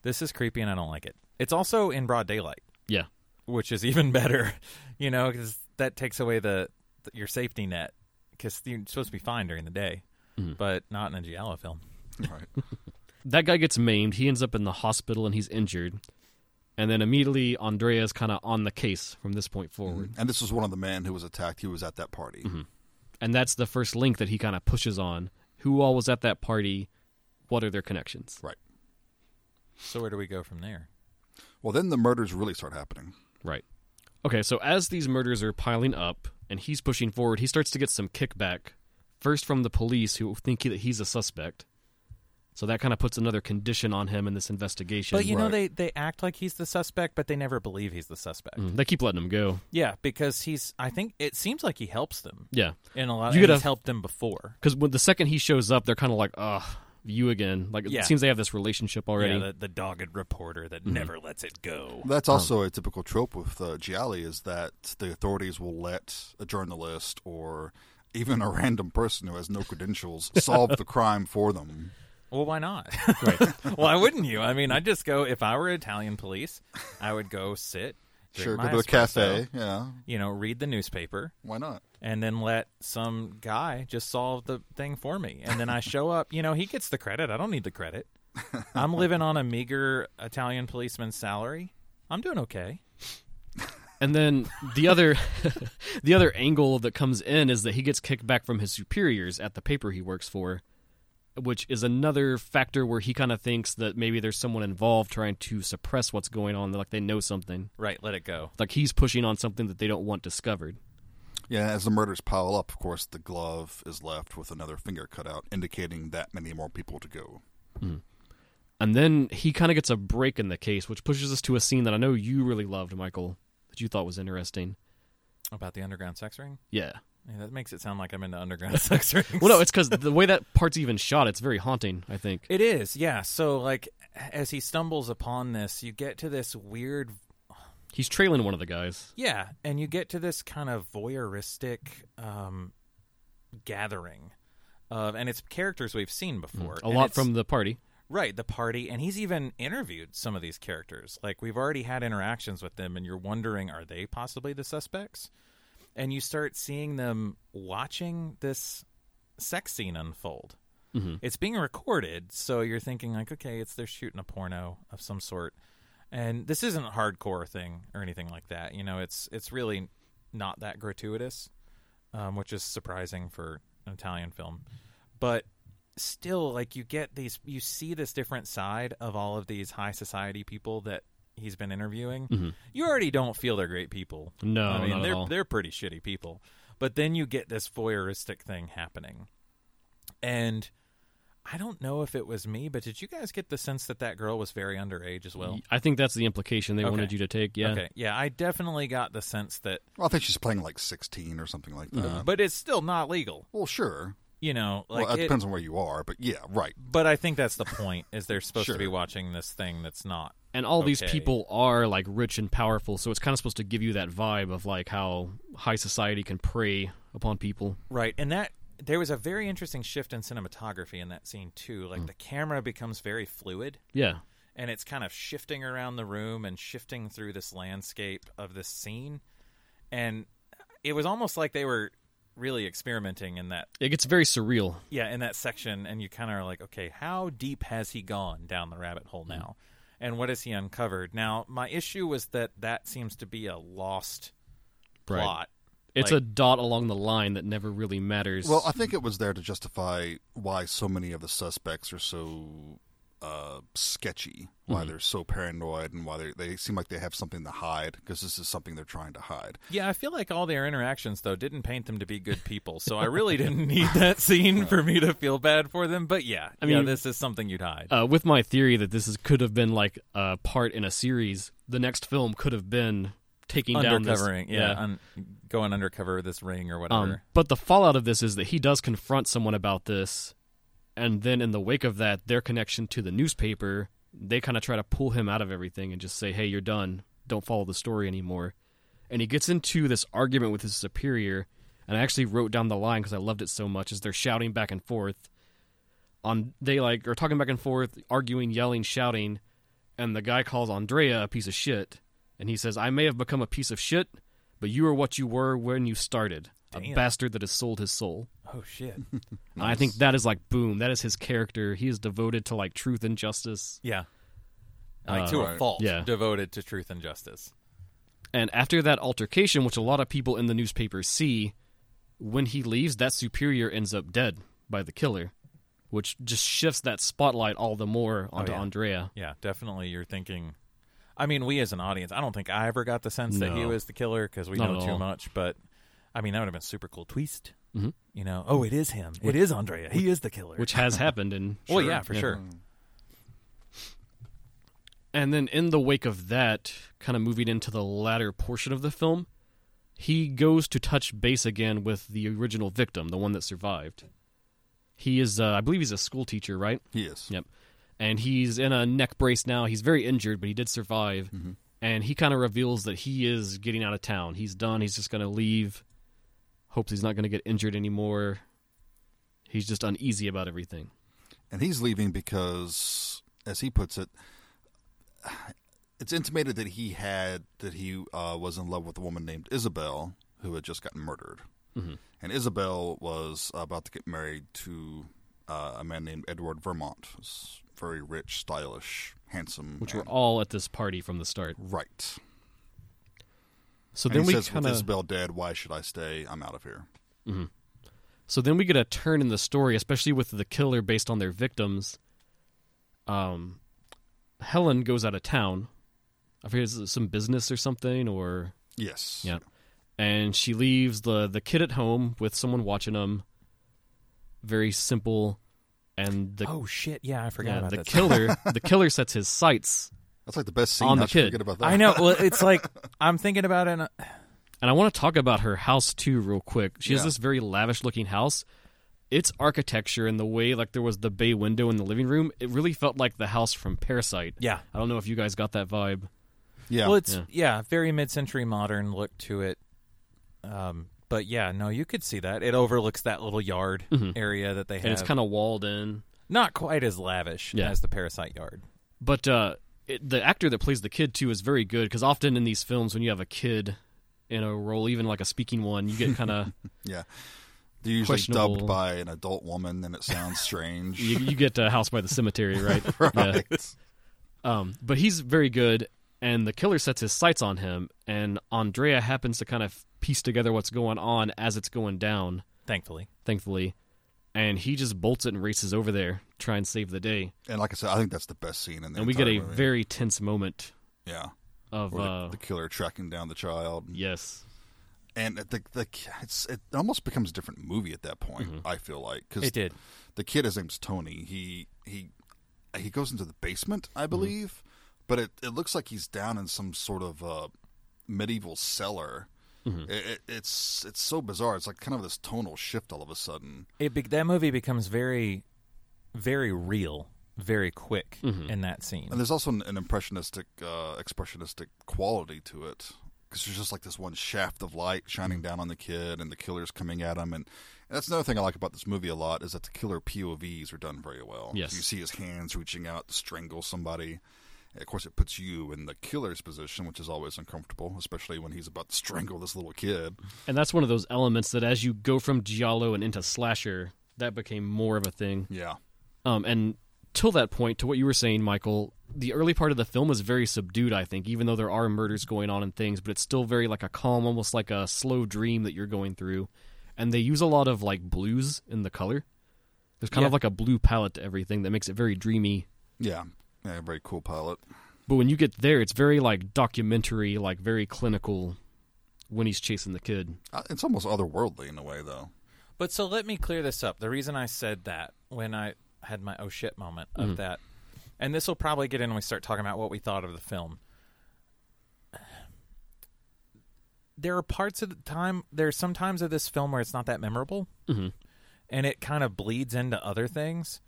Speaker 2: this is creepy and I don't like it. It's also in broad daylight.
Speaker 1: yeah.
Speaker 2: which is even better, you know, because that takes away the, the your safety net because you're supposed to be fine during the day,
Speaker 3: Mm-hmm.
Speaker 2: but not in a Giallo film.
Speaker 3: Right.
Speaker 1: That guy gets maimed. He ends up in the hospital, and he's injured. And then immediately, Andrea's kind of on the case from this point forward,
Speaker 3: and this was one of the men who was attacked. He was at that party.
Speaker 1: Mm-hmm.
Speaker 3: Mm-hmm.
Speaker 1: and that's the first link that he kind of pushes on. Who all was at that party? What are their connections?
Speaker 3: Right.
Speaker 2: So where do we go from there?
Speaker 3: Well, then the murders really start happening.
Speaker 1: Right. Okay, so as these murders are piling up and he's pushing forward, he starts to get some kickback First from the police who think he, that he's a suspect. So that kind of puts another condition on him in this investigation.
Speaker 2: But you know
Speaker 3: Right.
Speaker 2: they they act like he's the suspect, but they never believe he's the suspect.
Speaker 1: Mm, they keep letting him go.
Speaker 2: Yeah, because he's. I think it seems like he helps them
Speaker 1: Yeah.
Speaker 2: in a lot.
Speaker 1: You
Speaker 2: You could
Speaker 1: gotta-
Speaker 2: have helped them before.
Speaker 1: Because when the second he shows up, they're kind of like, ugh, you again. Like,
Speaker 2: Yeah.
Speaker 1: it seems they have this relationship already.
Speaker 2: Yeah, the, the dogged reporter
Speaker 3: Mm-hmm.
Speaker 2: that never lets it go.
Speaker 3: That's also a typical trope with uh, Gialli is that the authorities will let a journalist or even a random person who has no credentials solve the crime for them.
Speaker 2: Well, why not? why wouldn't you? I mean, I'd just go if I were Italian police. I would go sit, drink
Speaker 3: Sure,
Speaker 2: my
Speaker 3: go to a
Speaker 2: espresso,
Speaker 3: cafe. Yeah,
Speaker 2: You know, read the newspaper,
Speaker 3: why not?
Speaker 2: and then let some guy just solve the thing for me. And then I show up. You know, he gets the credit. I don't need the credit. I'm living on a meager Italian policeman's salary. I'm doing okay.
Speaker 1: And then the other the other angle that comes in is that he gets kicked back from his superiors at the paper he works for, which is another factor where he kind of thinks that maybe there's someone involved trying to suppress what's going on, like they know something.
Speaker 2: Right, let it go.
Speaker 1: Like he's pushing on something that they don't want discovered.
Speaker 3: Yeah, as the murders pile up, of course, the glove is left with another finger cut out, indicating that many more people to go.
Speaker 1: And then he kind of gets a break in the case, which pushes us to a scene that I know you really loved, Michael, that you thought was interesting.
Speaker 2: About the underground sex ring?
Speaker 1: Yeah.
Speaker 2: Yeah, that makes it sound like I'm into underground sex rings.
Speaker 1: Well, no, it's because the way that part's even shot, it's very haunting, I think.
Speaker 2: It is, yeah. So, like, as he stumbles upon this, you get to this weird,
Speaker 1: He's trailing one of the guys.
Speaker 2: yeah, and you get to this kind of voyeuristic um, gathering of, and it's characters we've seen before.
Speaker 1: Mm, A
Speaker 2: and
Speaker 1: lot
Speaker 2: it's-
Speaker 1: from the party.
Speaker 2: right the party, and he's even interviewed some of these characters. Like, we've already had interactions with them, and you're wondering, are they possibly the suspects? And you start seeing them watching this sex scene unfold.
Speaker 1: Mm-hmm.
Speaker 2: it's being recorded, so you're thinking like, okay, it's they're shooting a porno of some sort, and this isn't a hardcore thing or anything like that. You know, it's it's really not that gratuitous, um, which is surprising for an Italian film, but still, like you get these, you see this different side of all of these high society people that he's been interviewing. You already don't feel they're great people.
Speaker 1: No,
Speaker 2: I mean
Speaker 1: not at
Speaker 2: they're
Speaker 1: all.
Speaker 2: they're pretty shitty people, but then you get this voyeuristic thing happening, and. I don't know if it was me, but did you guys get the sense that that girl was very underage as well?
Speaker 1: I think that's the implication they
Speaker 2: Okay.
Speaker 1: wanted you to take. Yeah,
Speaker 2: Okay. Yeah, I definitely got the sense that,
Speaker 3: Well, I think she's playing like 16 or something like that.
Speaker 2: but it's still not legal.
Speaker 3: Well, sure.
Speaker 2: You know, Uh-huh. like
Speaker 3: well, it,
Speaker 2: it-
Speaker 3: depends on where you are, but yeah, right.
Speaker 2: But I think that's the point: is they're supposed
Speaker 3: Sure.
Speaker 2: to be watching this thing that's not.
Speaker 1: and all these
Speaker 2: Okay.
Speaker 1: people are like rich and powerful, so it's kind of supposed to give you that vibe of like how high society can prey upon people.
Speaker 2: Right, and that there was a very interesting shift in cinematography in that scene too.
Speaker 1: Hmm.
Speaker 2: Like the camera becomes very fluid,
Speaker 1: Yeah,
Speaker 2: and it's kind of shifting around the room and shifting through this landscape of this scene, and it was almost like they were really experimenting in that
Speaker 1: it gets very surreal.
Speaker 2: yeah, in that section, and you kind of are like, okay, how deep has he gone down the rabbit hole now, and what has he uncovered? Now, my issue was that that seems to be a lost
Speaker 1: Right.
Speaker 2: plot.
Speaker 1: It's
Speaker 2: Like-
Speaker 1: a dot along the line that never really matters.
Speaker 3: Well, I think it was there to justify why so many of the suspects are so uh, sketchy, why they're so paranoid, and why they they seem like they have something to hide because this is something they're trying to hide.
Speaker 2: Yeah, I feel like all their interactions though didn't paint them to be good people, so I really didn't need that scene for me to feel bad for them. But yeah, I mean,
Speaker 1: mean-
Speaker 2: this is something you'd hide.
Speaker 1: uh, with my theory that this is, could have been like a part in a series, the next film could have been taking down this.
Speaker 2: Undercovering, yeah, un- going undercover with this ring or whatever.
Speaker 1: Um, but the fallout of this is that he does confront someone about this, and then in the wake of that, their connection to the newspaper, they kind of try to pull him out of everything and just say, "Hey, you're done. Don't follow the story anymore." And he gets into this argument with his superior, and I actually wrote down the line because I loved it so much. As they're shouting back and forth, on they like are talking back and forth, arguing, yelling, shouting, and the guy calls Andrea a piece of shit, and he says, "I may have become a piece of shit, but you are what you were when you started, a
Speaker 2: Damn.
Speaker 1: bastard that has sold his soul."
Speaker 2: oh shit!
Speaker 1: And I think that is like boom, that is his character. He is devoted to like truth and justice.
Speaker 2: yeah, Uh, like to a
Speaker 3: right.
Speaker 2: fault,
Speaker 1: Yeah.
Speaker 2: devoted to truth and justice.
Speaker 1: And after that altercation, which a lot of people in the newspaper see, when he leaves, that superior ends up dead by the killer, which just shifts that spotlight all the more onto
Speaker 2: Oh, yeah.
Speaker 1: Andrea.
Speaker 2: Yeah, definitely. You're thinking. I mean, we as an audience, I don't think I ever got the sense that he
Speaker 1: No.
Speaker 2: was the killer because we
Speaker 1: Not
Speaker 2: know
Speaker 1: at
Speaker 2: too
Speaker 1: all.
Speaker 2: much. But I mean, that would have been super cool twist.
Speaker 1: Mhm.
Speaker 2: You know, oh, it is him. it is Andrea. He is the killer.
Speaker 1: which has happened in
Speaker 2: well, yeah, for sure.
Speaker 1: And then in the wake of that, kind of moving into the latter portion of the film, he goes to touch base again with the original victim, the one that survived. He is, uh, I believe, he's a school teacher, right?
Speaker 3: He is.
Speaker 1: Yep. And he's in a neck brace now. He's very injured, but he did survive.
Speaker 3: Mm-hmm.
Speaker 1: And he kind of reveals that he is getting out of town. He's done. He's just going to leave. Hopes he's not going to get injured anymore. He's just uneasy about everything.
Speaker 3: And he's leaving because, as he puts it, it's intimated that he had that he uh, was in love with a woman named Isabel who had just gotten murdered,
Speaker 1: Mm-hmm.
Speaker 3: and Isabel was about to get married to uh, a man named Edward Vermont, who's very rich, stylish, handsome,
Speaker 1: Which
Speaker 3: and-
Speaker 1: were all at this party from the start.
Speaker 3: right.
Speaker 1: So
Speaker 3: And
Speaker 1: then
Speaker 3: he
Speaker 1: we
Speaker 3: says,
Speaker 1: kind
Speaker 3: "With
Speaker 1: of
Speaker 3: Isabel dead, why should I stay? I'm out of here."
Speaker 1: So then we get a turn in the story, especially with the killer based on their victims. Um, Helen goes out of town. I forget it's some business or something, or
Speaker 3: Yes.
Speaker 1: yeah, and she leaves the the kid at home with someone watching him. Very simple, and the
Speaker 2: oh shit! Yeah, I forgot
Speaker 1: yeah,
Speaker 2: about
Speaker 1: the
Speaker 2: that.
Speaker 1: killer the killer sets his sights.
Speaker 3: That's like the best scene.
Speaker 1: On the
Speaker 3: I should
Speaker 1: kid.
Speaker 3: forget about that.
Speaker 2: I know. Well, it's like I'm thinking about it. And, uh,
Speaker 1: And I want to talk about her house too, real quick. She has
Speaker 3: Yeah.
Speaker 1: this very lavish looking house. Its architecture and the way, like there was the bay window in the living room, it really felt like the house from Parasite.
Speaker 2: yeah.
Speaker 1: I don't know if you guys got that vibe.
Speaker 3: Yeah.
Speaker 2: Well, it's
Speaker 1: Yeah.
Speaker 2: yeah. very mid-century modern look to it. Um, but yeah, no, you could see that it overlooks that little yard area that they have.
Speaker 1: Mm-hmm. And it's kind of walled in.
Speaker 2: not quite as lavish
Speaker 1: Yeah.
Speaker 2: as the Parasite yard.
Speaker 1: But uh, it, the actor that plays the kid, too, is very good because often in these films, when you have a kid in a role, even like a speaking one, you get kind of,
Speaker 3: yeah. They're usually
Speaker 1: questionable.
Speaker 3: dubbed by an adult woman, and it sounds strange.
Speaker 1: you, you get uh, House by the Cemetery, right? Yeah.
Speaker 3: right.
Speaker 1: Um, but he's very good, and the killer sets his sights on him, and Andrea happens to kind of piece together what's going on as it's going down,
Speaker 2: Thankfully,
Speaker 1: thankfully. And he just bolts it and races over there, try and save the day.
Speaker 3: And like I said, I think that's the best scene in the
Speaker 1: And we get a
Speaker 3: entire movie.
Speaker 1: very tense moment
Speaker 3: yeah,
Speaker 1: of
Speaker 3: where the-
Speaker 1: uh,
Speaker 3: the, killer tracking down the child,
Speaker 1: yes,
Speaker 3: and the the it's, it almost becomes a different movie at that point.
Speaker 1: Mm-hmm.
Speaker 3: I feel like because
Speaker 2: it did.
Speaker 3: the kid, his name's Tony. He he he goes into the basement,
Speaker 1: Mm-hmm.
Speaker 3: I believe, but it, it looks like he's down in some sort of uh, medieval cellar.
Speaker 1: Mm-hmm.
Speaker 3: It, it, it's it's so bizarre. It's like kind of this tonal shift all of a sudden.
Speaker 2: It be- that movie becomes very, very real, very quick
Speaker 1: Mm-hmm.
Speaker 2: in that scene.
Speaker 3: And there's also an, an impressionistic, uh, expressionistic quality to it because there's just like this one shaft of light shining down on the kid, and the killer's coming at him. And, and that's another thing I like about this movie a lot is that the killer POVs are done very well.
Speaker 1: Yes.
Speaker 3: you see his hands reaching out to strangle somebody. And Of course, it puts you in the killer's position, which is always uncomfortable, especially when he's about to strangle this little kid.
Speaker 1: and that's one of those elements that as you go from giallo and into slasher, that became more of a thing.
Speaker 3: Yeah,
Speaker 1: Um, and till that point, to what you were saying, Michael, the early part of the film is very subdued. I think, even though there are murders going on and things, but it's still very like a calm, almost like a slow dream that you're going through. And they use a lot of like blues in the color. There's kind of
Speaker 2: Yeah.
Speaker 1: like a blue palette to everything that makes it very dreamy.
Speaker 3: yeah, yeah. Very cool pilot.
Speaker 1: But when you get there, it's very like documentary, like very clinical. When he's chasing the kid,
Speaker 3: Uh, It's almost otherworldly in a way, though.
Speaker 2: But so let me clear this up. The reason I said that when I had my oh shit moment of
Speaker 3: Mm-hmm.
Speaker 2: that, and this will probably get in when we start talking about what we thought of the film. There are parts of the time, there are some times of this film where it's not that memorable,
Speaker 3: Mm-hmm.
Speaker 1: Mhm.
Speaker 2: and it kind of bleeds into other things.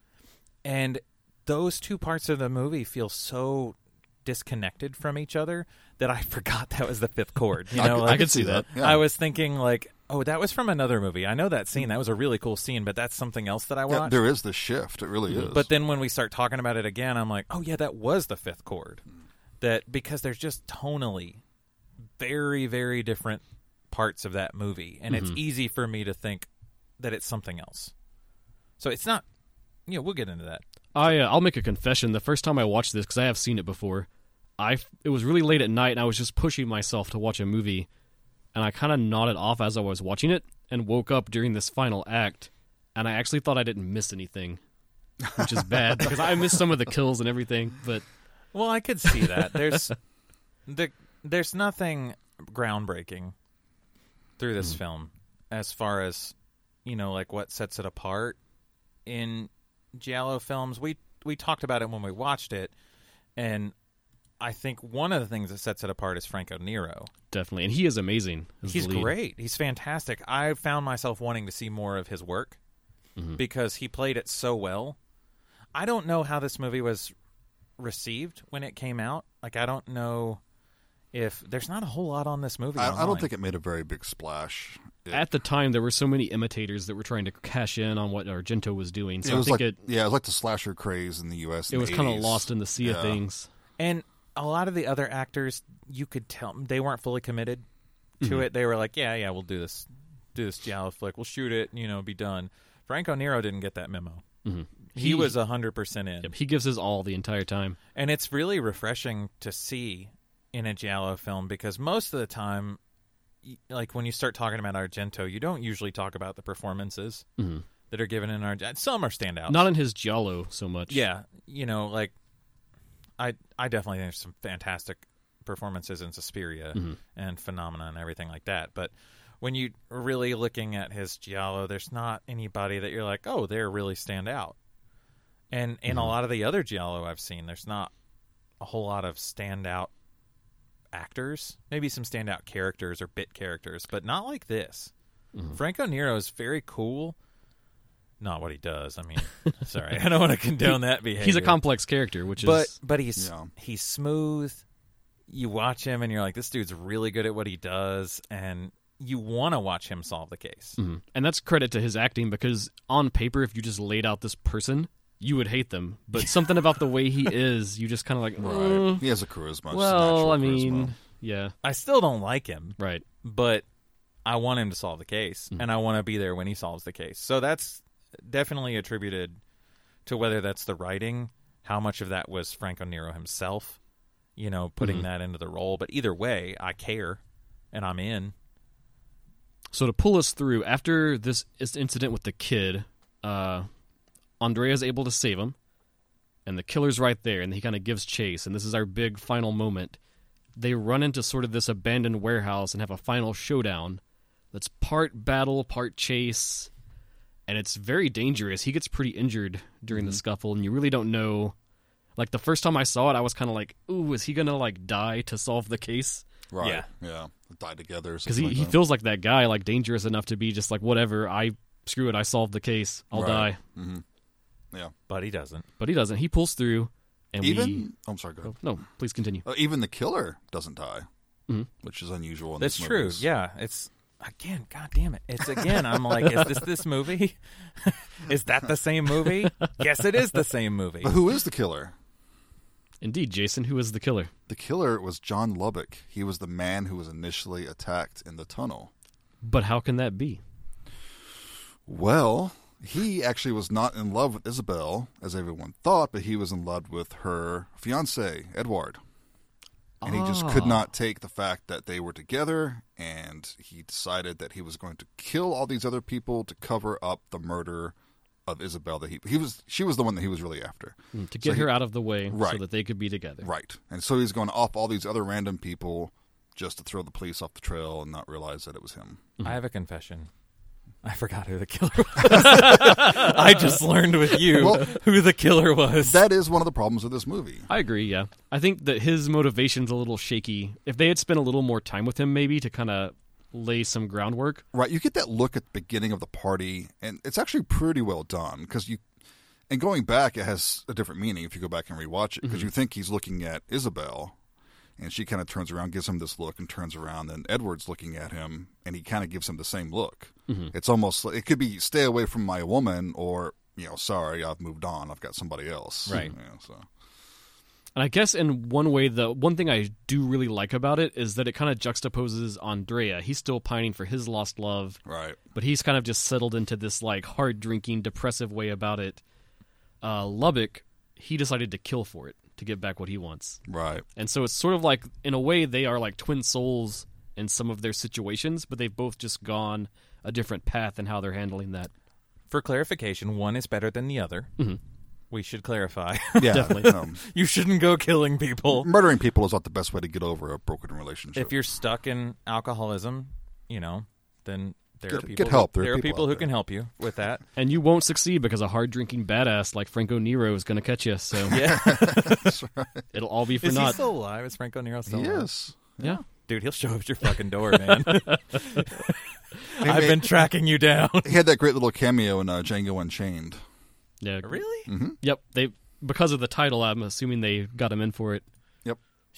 Speaker 2: And those two parts of the movie feel so disconnected from each other that I forgot that was the fifth chord. You
Speaker 3: I
Speaker 2: know,
Speaker 3: could- I
Speaker 2: like,
Speaker 3: could see that, yeah.
Speaker 2: I was thinking like, oh, that was from another movie. I know that scene. That was a really cool scene, but that's something else that I
Speaker 3: Yeah,
Speaker 2: watched.
Speaker 3: there is this shift. It really is.
Speaker 2: but then when we start talking about it again, I'm like, oh yeah, that was the fifth chord. That because there's just tonally very very different parts of that movie, and it's
Speaker 3: Mm-hmm.
Speaker 2: easy for me to think that it's something else. So it's not. You know, we'll get into that.
Speaker 1: I uh, I'll make a confession. The first time I watched this, because I have seen it before, I f- it was really late at night, and I was just pushing myself to watch a movie, and I kind of nodded off as I was watching it, and woke up during this final act, and I actually thought I didn't miss anything, which is bad because I missed some of the kills and everything. But
Speaker 2: Well, I could see that. There's the there's nothing groundbreaking through this film. as far as you know, like what sets it apart in giallo films. We we talked about it when we watched it, and I think one of the things that sets it apart is Franco Nero.
Speaker 1: Definitely, and he is amazing. as the
Speaker 2: He's
Speaker 1: lead.
Speaker 2: great. He's fantastic. I found myself wanting to see more of his work
Speaker 3: Mm-hmm.
Speaker 2: because he played it so well. I don't know how this movie was received when it came out. Like I don't know if there's not a whole lot on this movie.
Speaker 3: I, I don't
Speaker 2: online.
Speaker 3: think it made a very big splash. It-
Speaker 1: At the time, there were so many imitators that were trying to cash in on what Argento was doing. So
Speaker 3: it was
Speaker 1: I think
Speaker 3: like
Speaker 1: it
Speaker 3: yeah, it was like the slasher craze in the U.S.
Speaker 1: it
Speaker 3: in
Speaker 1: was
Speaker 3: the
Speaker 1: kind of
Speaker 3: 80s.
Speaker 1: lost in the sea of
Speaker 3: Yeah.
Speaker 1: things.
Speaker 2: And a lot of the other actors, you could tell they weren't fully committed to
Speaker 3: Mm-hmm.
Speaker 2: it. They were like, "Yeah, yeah, we'll do this, do this giallo flick. We'll shoot it, you know, be done." Franco Nero didn't get that memo.
Speaker 3: Mm-hmm.
Speaker 2: He,
Speaker 1: He-
Speaker 2: was was hundred percent in,
Speaker 1: Yep, he gives his all the entire time.
Speaker 2: and it's really refreshing to see in a giallo film because most of the time, y- like when you start talking about Argento, you don't usually talk about the performances that are given in Argento. Some are
Speaker 3: Uh,
Speaker 2: standouts.
Speaker 1: Not in his giallo so much.
Speaker 2: Yeah, you know, like I I definitely think there's some fantastic performances in Suspiria and Phenomena and everything like that. But when you are really looking at his giallo, there's not anybody that you're like, oh, they really stand out. And in a lot of the other giallo I've seen, there's not a whole lot of standout actors. Maybe some standout characters or bit characters, but not like this.
Speaker 1: Mm-hmm.
Speaker 2: Franco Nero is very cool. Not what he does. I mean, sorry, I don't want to condone that behavior.
Speaker 1: he's a complex character, which is
Speaker 2: but but he's
Speaker 3: Yeah.
Speaker 2: he's smooth. You watch him and you're like, this dude's really good at what he does, and you want to watch him solve the case.
Speaker 1: Mhm. and that's credit to his acting because on paper, if you just laid out this person, you would hate them. But something about the way he is, you just kind of like, "Uh,
Speaker 3: Right. He has a charisma. It's
Speaker 1: well,
Speaker 3: natural
Speaker 1: I mean,
Speaker 3: charisma.
Speaker 1: yeah,
Speaker 2: I still don't like him,
Speaker 1: right.
Speaker 2: but I want him to solve the case, and I want to be there when he solves the case. So that's definitely attributed to whether that's the writing, how much of that was Franco Nero himself, you know, putting that into the role. But either way, I care, and I'm in.
Speaker 1: So to pull us through, after this is- incident with the kid, uh, Andrea's able to save him, and the killer's right there, and he kind of gives chase, and this is our big final moment. They run into sort of this abandoned warehouse and have a final showdown that's part battle, part chase, and it's very dangerous. He gets pretty injured during the scuffle, and you really don't know. Like the first time I saw it, I was kind of like, "Ooh, is he gonna like die to solve the case?"
Speaker 3: right?
Speaker 2: Yeah.
Speaker 3: yeah, die together or
Speaker 1: because
Speaker 3: something
Speaker 1: he,
Speaker 3: like
Speaker 1: he
Speaker 3: that.
Speaker 1: feels like that guy, like dangerous enough to be just like whatever. I screw it. I solved the case. I'll
Speaker 3: Right.
Speaker 1: die.
Speaker 2: But he doesn't.
Speaker 1: But he doesn't. He pulls through, and
Speaker 3: even.
Speaker 1: we.
Speaker 3: oh, I'm sorry. Go ahead.
Speaker 1: Oh, no, please continue.
Speaker 3: Uh, even the killer doesn't die,
Speaker 1: Mm-hmm.
Speaker 3: which is unusual. In
Speaker 2: That's
Speaker 3: these
Speaker 2: true.
Speaker 3: movies.
Speaker 2: Yeah, it's again. God damn it! It's again. I'm like, is this this movie? is that the same movie? yes, it is the same movie.
Speaker 3: But who is the killer?
Speaker 1: Indeed, Jason, who is the killer?
Speaker 3: The killer was John Lubbock. He was the man who was initially attacked in the tunnel.
Speaker 1: But how can that be?
Speaker 3: Well, he actually was not in love with Isabel, as everyone thought, but he was in love with her fiance, Edward. And he just could not take the fact that they were together, and he decided that he was going to kill all these other people to cover up the murder of Isabel. That he, he was, she was the one that he was really after,
Speaker 1: Mm, To get her out of the way, so
Speaker 3: Right.
Speaker 1: that they could be together.
Speaker 3: right? And so he's going to off all these other random people just to throw the police off the trail and not realize that it was him.
Speaker 2: I have a confession. I forgot who the killer was. I just learned with you
Speaker 3: Well-
Speaker 2: who the killer was.
Speaker 3: That is one of the problems of this movie.
Speaker 1: I agree. Yeah, I think that his motivation's a little shaky. If they had spent a little more time with him, maybe to kind of lay some groundwork.
Speaker 3: Right, you get that look at the beginning of the party, and it's actually pretty well done because you. And going back, it has a different meaning if you go back and rewatch it because you think he's looking at Isabel, and she kind of turns around, gives him this look, and turns around, and Edward's looking at him, and he kind of gives him the same look. It's almost like- it could be stay away from my woman, or you know, sorry, I've moved on, I've got somebody else.
Speaker 2: Right.
Speaker 3: You know, so
Speaker 1: And I guess in one way, the one thing I do really like about it is that it kind of juxtaposes Andrea. He's still pining for his lost love,
Speaker 3: right,
Speaker 1: but he's kind of just settled into this like hard drinking, depressive way about it. Uh, Lubbock, he decided to kill for it to get back what he wants,
Speaker 3: right,
Speaker 1: and so it's sort of like in a way they are like twin souls in some of their situations, but they've both just gone a different path in how they're handling that.
Speaker 2: For clarification, one is better than the other. We should clarify.
Speaker 3: yeah,
Speaker 1: Definitely.
Speaker 3: um,
Speaker 2: you shouldn't go killing people.
Speaker 3: murdering people is not the best way to get over a broken relationship.
Speaker 2: If you're stuck in alcoholism, you know, then There are
Speaker 3: Get-
Speaker 2: people
Speaker 3: get help.
Speaker 2: There,
Speaker 3: There are
Speaker 2: are
Speaker 3: people
Speaker 2: people
Speaker 3: out
Speaker 2: who
Speaker 3: there.
Speaker 2: can help you with that.
Speaker 1: And you won't succeed because a hard drinking badass like Franco Nero is going to catch you. So
Speaker 2: Yeah,
Speaker 1: it'll all be for
Speaker 2: is he
Speaker 1: naught.
Speaker 2: still alive? Is Franco Nero still alive?
Speaker 3: Yes.
Speaker 1: yeah.
Speaker 2: Dude, he'll show up at your fucking door, man.
Speaker 3: He
Speaker 2: I've
Speaker 3: made-
Speaker 2: been tracking you down.
Speaker 3: He had that great little cameo in uh, Django Unchained.
Speaker 1: Yeah.
Speaker 2: really?
Speaker 1: Yep. They because of the title, I'm assuming they got him in for it.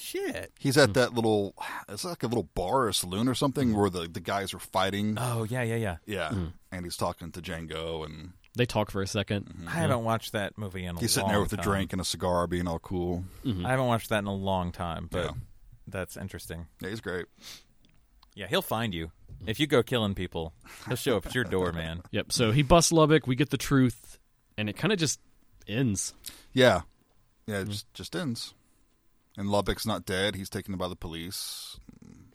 Speaker 2: Shit.
Speaker 3: He's at that little, it's like a little bar or saloon or something where the, the guys are fighting.
Speaker 2: Oh yeah, yeah, yeah.
Speaker 3: yeah. And he's talking to Django and
Speaker 1: They talk for a 2nd
Speaker 2: I haven't watched that movie in a
Speaker 3: Mm-hmm. he's
Speaker 2: long
Speaker 3: sitting there with a
Speaker 2: time.
Speaker 3: drink and a cigar being all cool.
Speaker 2: I haven't watched that in a long time, but
Speaker 3: Yeah.
Speaker 2: that's interesting.
Speaker 3: Yeah, he's great.
Speaker 2: Yeah, he'll find you. If you go killing people, he'll show up at your door, man.
Speaker 1: Yep. So he busts Lubbock. We get the truth, and it kind of just ends.
Speaker 3: Yeah. Yeah, it just, just ends. And Lubbock's not dead. He's taken by the police.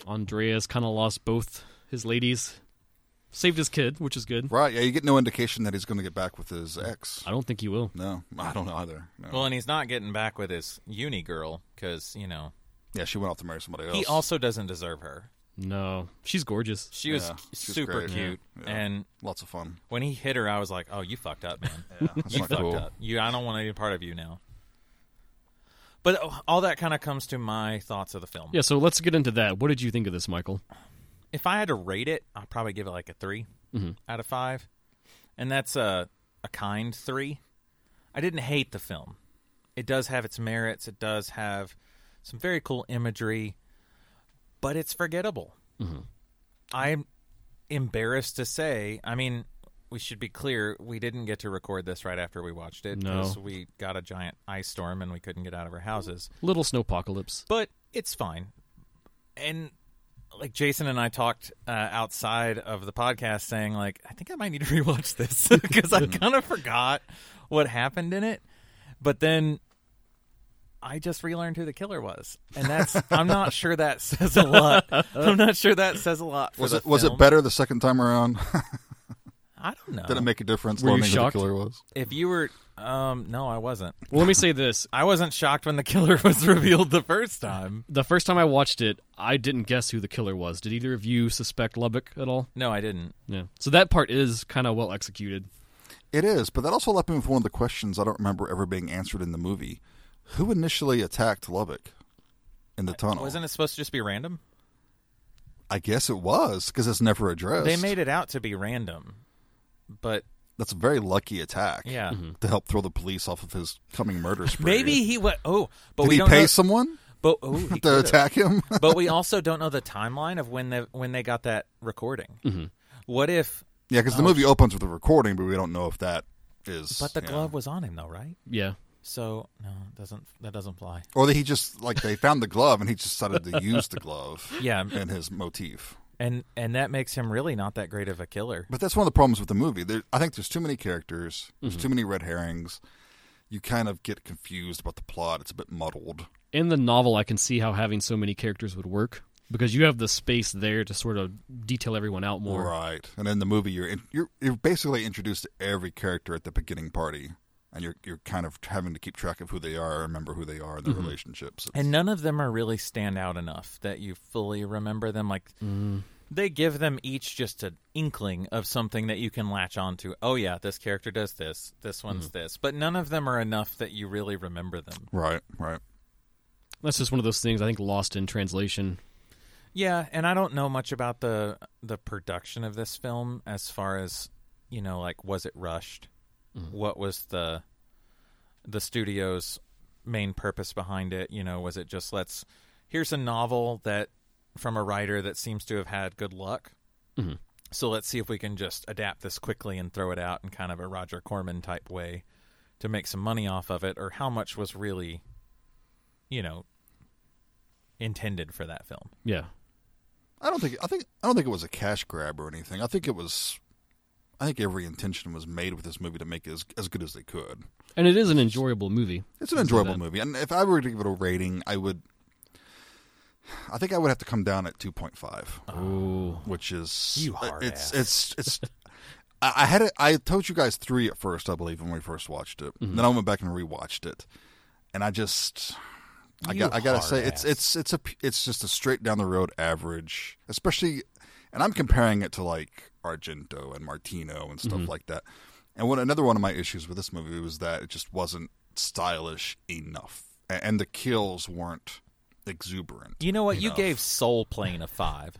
Speaker 1: Andreas kind of lost both his ladies, saved his kid, which is good.
Speaker 3: Right. Yeah, you get no indication that he's going to get back with his ex.
Speaker 1: I don't think he will.
Speaker 3: No, I don't know either. No.
Speaker 2: Well, and he's not getting back with his uni girl because you know
Speaker 3: yeah, she went off to marry somebody else.
Speaker 2: he also doesn't deserve her.
Speaker 1: No, she's gorgeous.
Speaker 2: She was
Speaker 3: Yeah, she was
Speaker 2: super
Speaker 3: great.
Speaker 2: cute,
Speaker 3: Yeah.
Speaker 2: and
Speaker 3: Lots of fun.
Speaker 2: when he hit her, I was like, "Oh, you fucked up, man.
Speaker 3: That's
Speaker 2: you
Speaker 3: not
Speaker 2: fucked
Speaker 3: cool.
Speaker 2: up. You, I don't want any part of you now." But oh, all that kind of comes to my thoughts of the film.
Speaker 1: Yeah. So let's get into that. What did you think of this, Michael?
Speaker 2: if I had to rate it, I'd probably give it like a 3 out of five, and that's a a kind three. I didn't hate the film. It does have its merits. It does have some very cool imagery, but it's forgettable. I'm embarrassed to say. I mean, we should be clear. We didn't get to record this right after we watched it
Speaker 1: No.
Speaker 2: we got a giant ice storm and we couldn't get out of our houses
Speaker 1: Little snowpocalypse.
Speaker 2: but it's fine. And like Jason and I talked uh, outside of the podcast, saying like I think I might need to rewatch this because
Speaker 3: Mm-hmm.
Speaker 2: I kind of forgot what happened in it. But then I just relearned who the killer was, and that's I'm not sure that says a lot. I'm not sure that says a lot. For
Speaker 3: Was
Speaker 2: the
Speaker 3: it was it
Speaker 2: film.
Speaker 3: better the second time around?
Speaker 2: I don't know.
Speaker 3: Did it make a difference?
Speaker 1: Were you
Speaker 3: learning who
Speaker 1: shocked?
Speaker 3: The killer was.
Speaker 2: if you were, um, no, I wasn't.
Speaker 1: Well, let me say this:
Speaker 2: I wasn't shocked when the killer was revealed the first time.
Speaker 1: the first time I watched it, I didn't guess who the killer was. Did either of you suspect Lubbock at all?
Speaker 2: No, I didn't.
Speaker 1: Yeah. So that part is kind of well executed.
Speaker 3: It is, but that also left me with one of the questions I don't remember ever being answered in the movie. Who initially attacked Lubbock in the tunnel?
Speaker 2: Uh, Wasn't it supposed to just be random?
Speaker 3: I guess it was because it's never addressed.
Speaker 2: They made it out to be random, but
Speaker 3: That's a very lucky attack.
Speaker 2: yeah,
Speaker 3: To help throw the police off of his coming murder spree.
Speaker 2: maybe he went. Oh, but
Speaker 3: Did
Speaker 2: we
Speaker 3: he
Speaker 2: don't
Speaker 3: pay
Speaker 2: know,
Speaker 3: someone
Speaker 2: But oh, he
Speaker 3: to
Speaker 2: could've.
Speaker 3: attack him?
Speaker 2: but we also don't know the timeline of when they when they got that recording. What if?
Speaker 3: yeah, because the movie opens with a recording, but we don't know if that is.
Speaker 2: Oh, But the
Speaker 3: yeah.
Speaker 2: glove was on him though, right?
Speaker 1: Yeah.
Speaker 2: So no, it doesn't that doesn't fly?
Speaker 3: Or that he just like they found the glove and he just decided to use the glove.
Speaker 2: Yeah.
Speaker 3: in his motif.
Speaker 2: And and that makes him really not that great of a killer.
Speaker 3: But that's one of the problems with the movie. There, I think there's too many characters. There's too many red herrings. You kind of get confused about the plot. It's a bit muddled.
Speaker 1: In the novel, I can see how having so many characters would work because you have the space there to sort of detail everyone out more.
Speaker 3: Right. And in the movie, you're in, you're you're basically introduced to every character at the beginning party, and you're you're kind of having to keep track of who they are, remember who they are, and their relationships. It's-
Speaker 2: And none of them are really stand out enough that you fully remember them. Like they give them each just an inkling of something that you can latch onto. Oh yeah, this character does this. This one's this. But none of them are enough that you really remember them.
Speaker 3: right. Right.
Speaker 1: That's just one of those things I think lost in translation.
Speaker 2: Yeah, and I don't know much about the the production of this film as far as you know, like was it rushed? What was the the studio's main purpose behind it? You know, was it just let's here's a novel that from a writer that seems to have had good luck. So let's see if we can just adapt this quickly and throw it out in kind of a Roger Corman type way to make some money off of it, or how much was really, you know, intended for that film.
Speaker 1: Yeah.
Speaker 3: I don't think I think I don't think it was a cash grab or anything. I think it was. I think every intention was made with this movie to make it as, as good as they could.
Speaker 1: And it is an enjoyable movie.
Speaker 3: It's an
Speaker 1: I'd say
Speaker 3: enjoyable
Speaker 1: that.
Speaker 3: movie, and if I were to give it a rating, I would. I think I would have to come down at two point five,
Speaker 1: Oh.
Speaker 3: which is uh,
Speaker 2: You hard
Speaker 3: it's,
Speaker 2: ass.
Speaker 3: it's it's I I had it. I told you guys three at first, I believe, when we first watched it.
Speaker 2: Mm-hmm.
Speaker 3: Then I went back and rewatched it, and I just I
Speaker 2: You
Speaker 3: got I gotta
Speaker 2: hard
Speaker 3: say it's
Speaker 2: ass.
Speaker 3: it's it's a p- it's just a straight down the road average, especially and I'm comparing it to like Argento and Martino and stuff like that. And what another one of my issues with this movie was that it just wasn't stylish enough, A- and the kills weren't exuberant.
Speaker 2: You know what? You
Speaker 3: enough.
Speaker 2: gave Soul Plane a five.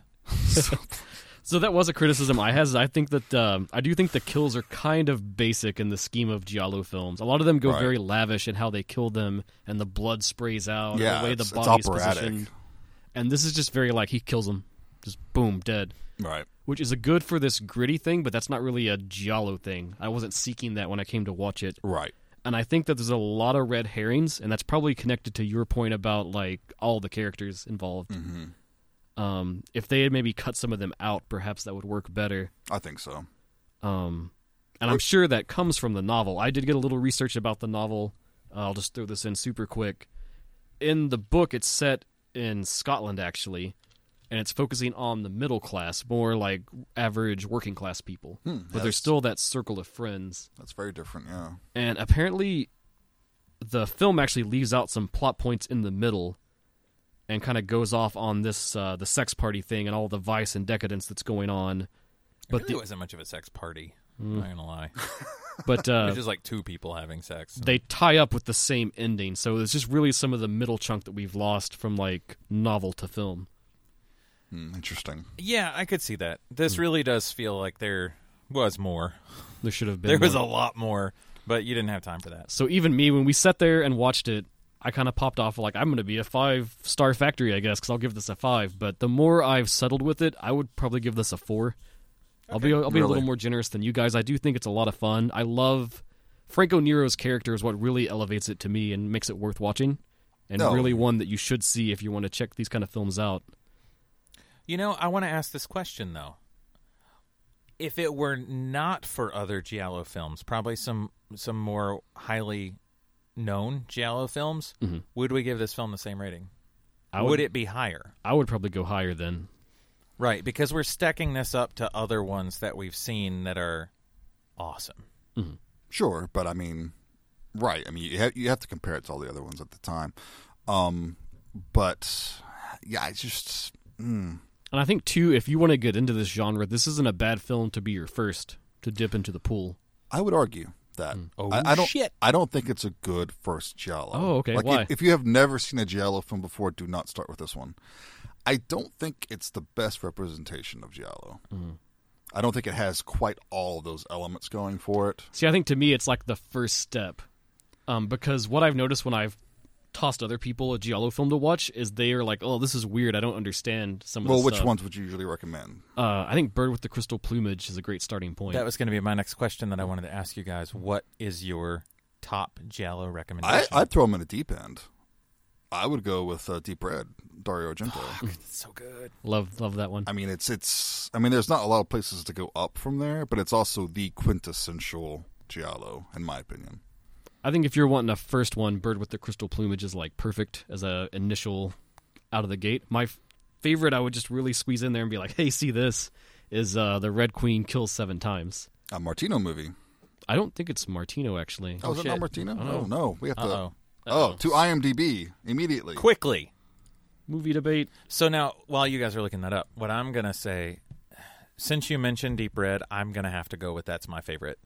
Speaker 1: So that was a criticism I had. is I think that um, I do think the kills are kind of basic in the scheme of giallo films. A lot of them go
Speaker 3: Right.
Speaker 1: very lavish in how they kill them, and the blood sprays out,
Speaker 3: Yeah,
Speaker 1: the way the
Speaker 3: it's- it's
Speaker 1: body is
Speaker 3: operatic.
Speaker 1: positioned. And this is just very like he kills them, just boom, dead.
Speaker 3: right?
Speaker 1: Which is a good for this gritty thing, but that's not really a giallo thing. I wasn't seeking that when I came to watch it.
Speaker 3: Right.
Speaker 1: and I think that there's a lot of red herrings, and that's probably connected to your point about like all the characters involved. Um, if they had maybe cut some of them out, perhaps that would work better.
Speaker 3: I think so.
Speaker 1: Um, and I'm sure that comes from the novel. I did get a little research about the novel. Uh, I'll just throw this in super quick. In the book, it's set in Scotland actually, and it's focusing on the middle class, more like average working class people. but there's still that circle of friends.
Speaker 3: That's very different. Yeah.
Speaker 1: And apparently, the film actually leaves out some plot points in the middle, and kind of goes off on this uh, the sex party thing and all the vice and decadence that's going on.
Speaker 2: But
Speaker 1: But
Speaker 2: really
Speaker 1: the-
Speaker 2: wasn't much of a sex party. I'm not gonna lie.
Speaker 1: But
Speaker 2: It was
Speaker 1: uh,
Speaker 2: just like two people having sex.
Speaker 1: they tie up with the same ending, so it's just really some of the middle chunk that we've lost from like novel to film.
Speaker 3: Hmm, interesting.
Speaker 2: Yeah, I could see that. This really does feel like there was more.
Speaker 1: There should have Mm. been
Speaker 2: There was a
Speaker 1: more.
Speaker 2: lot more, but you didn't have time for that.
Speaker 1: so even me when we sat there and watched it. I kind of popped off like I'm going to be a five star factory, I guess, because I'll give this a five. But the more I've settled with it, I would probably give this a four. I'll be I'll be a
Speaker 3: Really?
Speaker 1: little more generous than you guys. I do think it's a lot of fun. I love Franco Nero's character is what really elevates it to me and makes it worth watching, and
Speaker 3: No.
Speaker 1: really one that you should see if you want to check these kind of films out.
Speaker 2: You know, I want to ask this question though. If it were not for other giallo films, probably some some more highly known giallo films, would we give this film the same rating?
Speaker 1: Mm-hmm. I
Speaker 2: would,
Speaker 1: would,
Speaker 2: it be higher?
Speaker 1: I would probably go higher then.
Speaker 2: Right, because we're stacking this up to other ones that we've seen that are awesome.
Speaker 3: Sure, but I mean, right? I mean, you have, you have to compare it to all the other ones at the time. Um, but yeah, I just
Speaker 1: And I think too, if you want to get into this genre, this isn't a bad film to be your first to dip into the pool.
Speaker 3: I would argue that
Speaker 1: Hmm.
Speaker 2: Oh,
Speaker 3: I, I don't
Speaker 2: shit.
Speaker 3: I don't think it's a good first giallo.
Speaker 1: Oh, okay,
Speaker 3: Like
Speaker 1: why?
Speaker 3: If, if you have never seen a giallo film before, do not start with this one. I don't think it's the best representation of giallo.
Speaker 1: Mm-hmm.
Speaker 3: I don't think it has quite all of those elements going for it.
Speaker 1: See, I think to me it's like the first step, um, because what I've noticed when I've tossed other people a giallo film to watch is they are like, "Oh, this is weird. I don't understand some of
Speaker 3: well,
Speaker 1: this
Speaker 3: which
Speaker 1: stuff."
Speaker 3: ones would you usually recommend?
Speaker 1: Uh, I think Bird with the Crystal Plumage is a great starting point.
Speaker 2: That was going to be my next question
Speaker 3: Hmm.
Speaker 2: that I wanted to ask you guys. What is your top giallo
Speaker 3: I,
Speaker 2: recommendation?
Speaker 3: I'd throw them in a deep end. I would go with uh, Deep Red, Dario Argento.
Speaker 2: It's so good.
Speaker 1: love love that one.
Speaker 3: I mean, it's it's. I mean, there's not a lot of places to go up from there, but it's also the quintessential giallo, in my opinion.
Speaker 1: I think if you're wanting a first one, Bird with the Crystal Plumage is like perfect as a initial out of the gate. My f- favorite, I would just really squeeze in there and be like, "Hey, see this is uh, the Red Queen kills seven times."
Speaker 3: A Martino movie.
Speaker 1: I don't think it's Martino actually.
Speaker 3: Oh, is it
Speaker 2: shit.
Speaker 3: not Martino?
Speaker 1: don't know.
Speaker 3: Oh no, we have to.
Speaker 2: Uh-oh.
Speaker 3: Oh, to IMDb immediately.
Speaker 2: Quickly.
Speaker 1: Movie debate.
Speaker 2: So now, while you guys are looking that up, what I'm going to say, since you mentioned Deep Red, I'm going to have to go with that's my favorite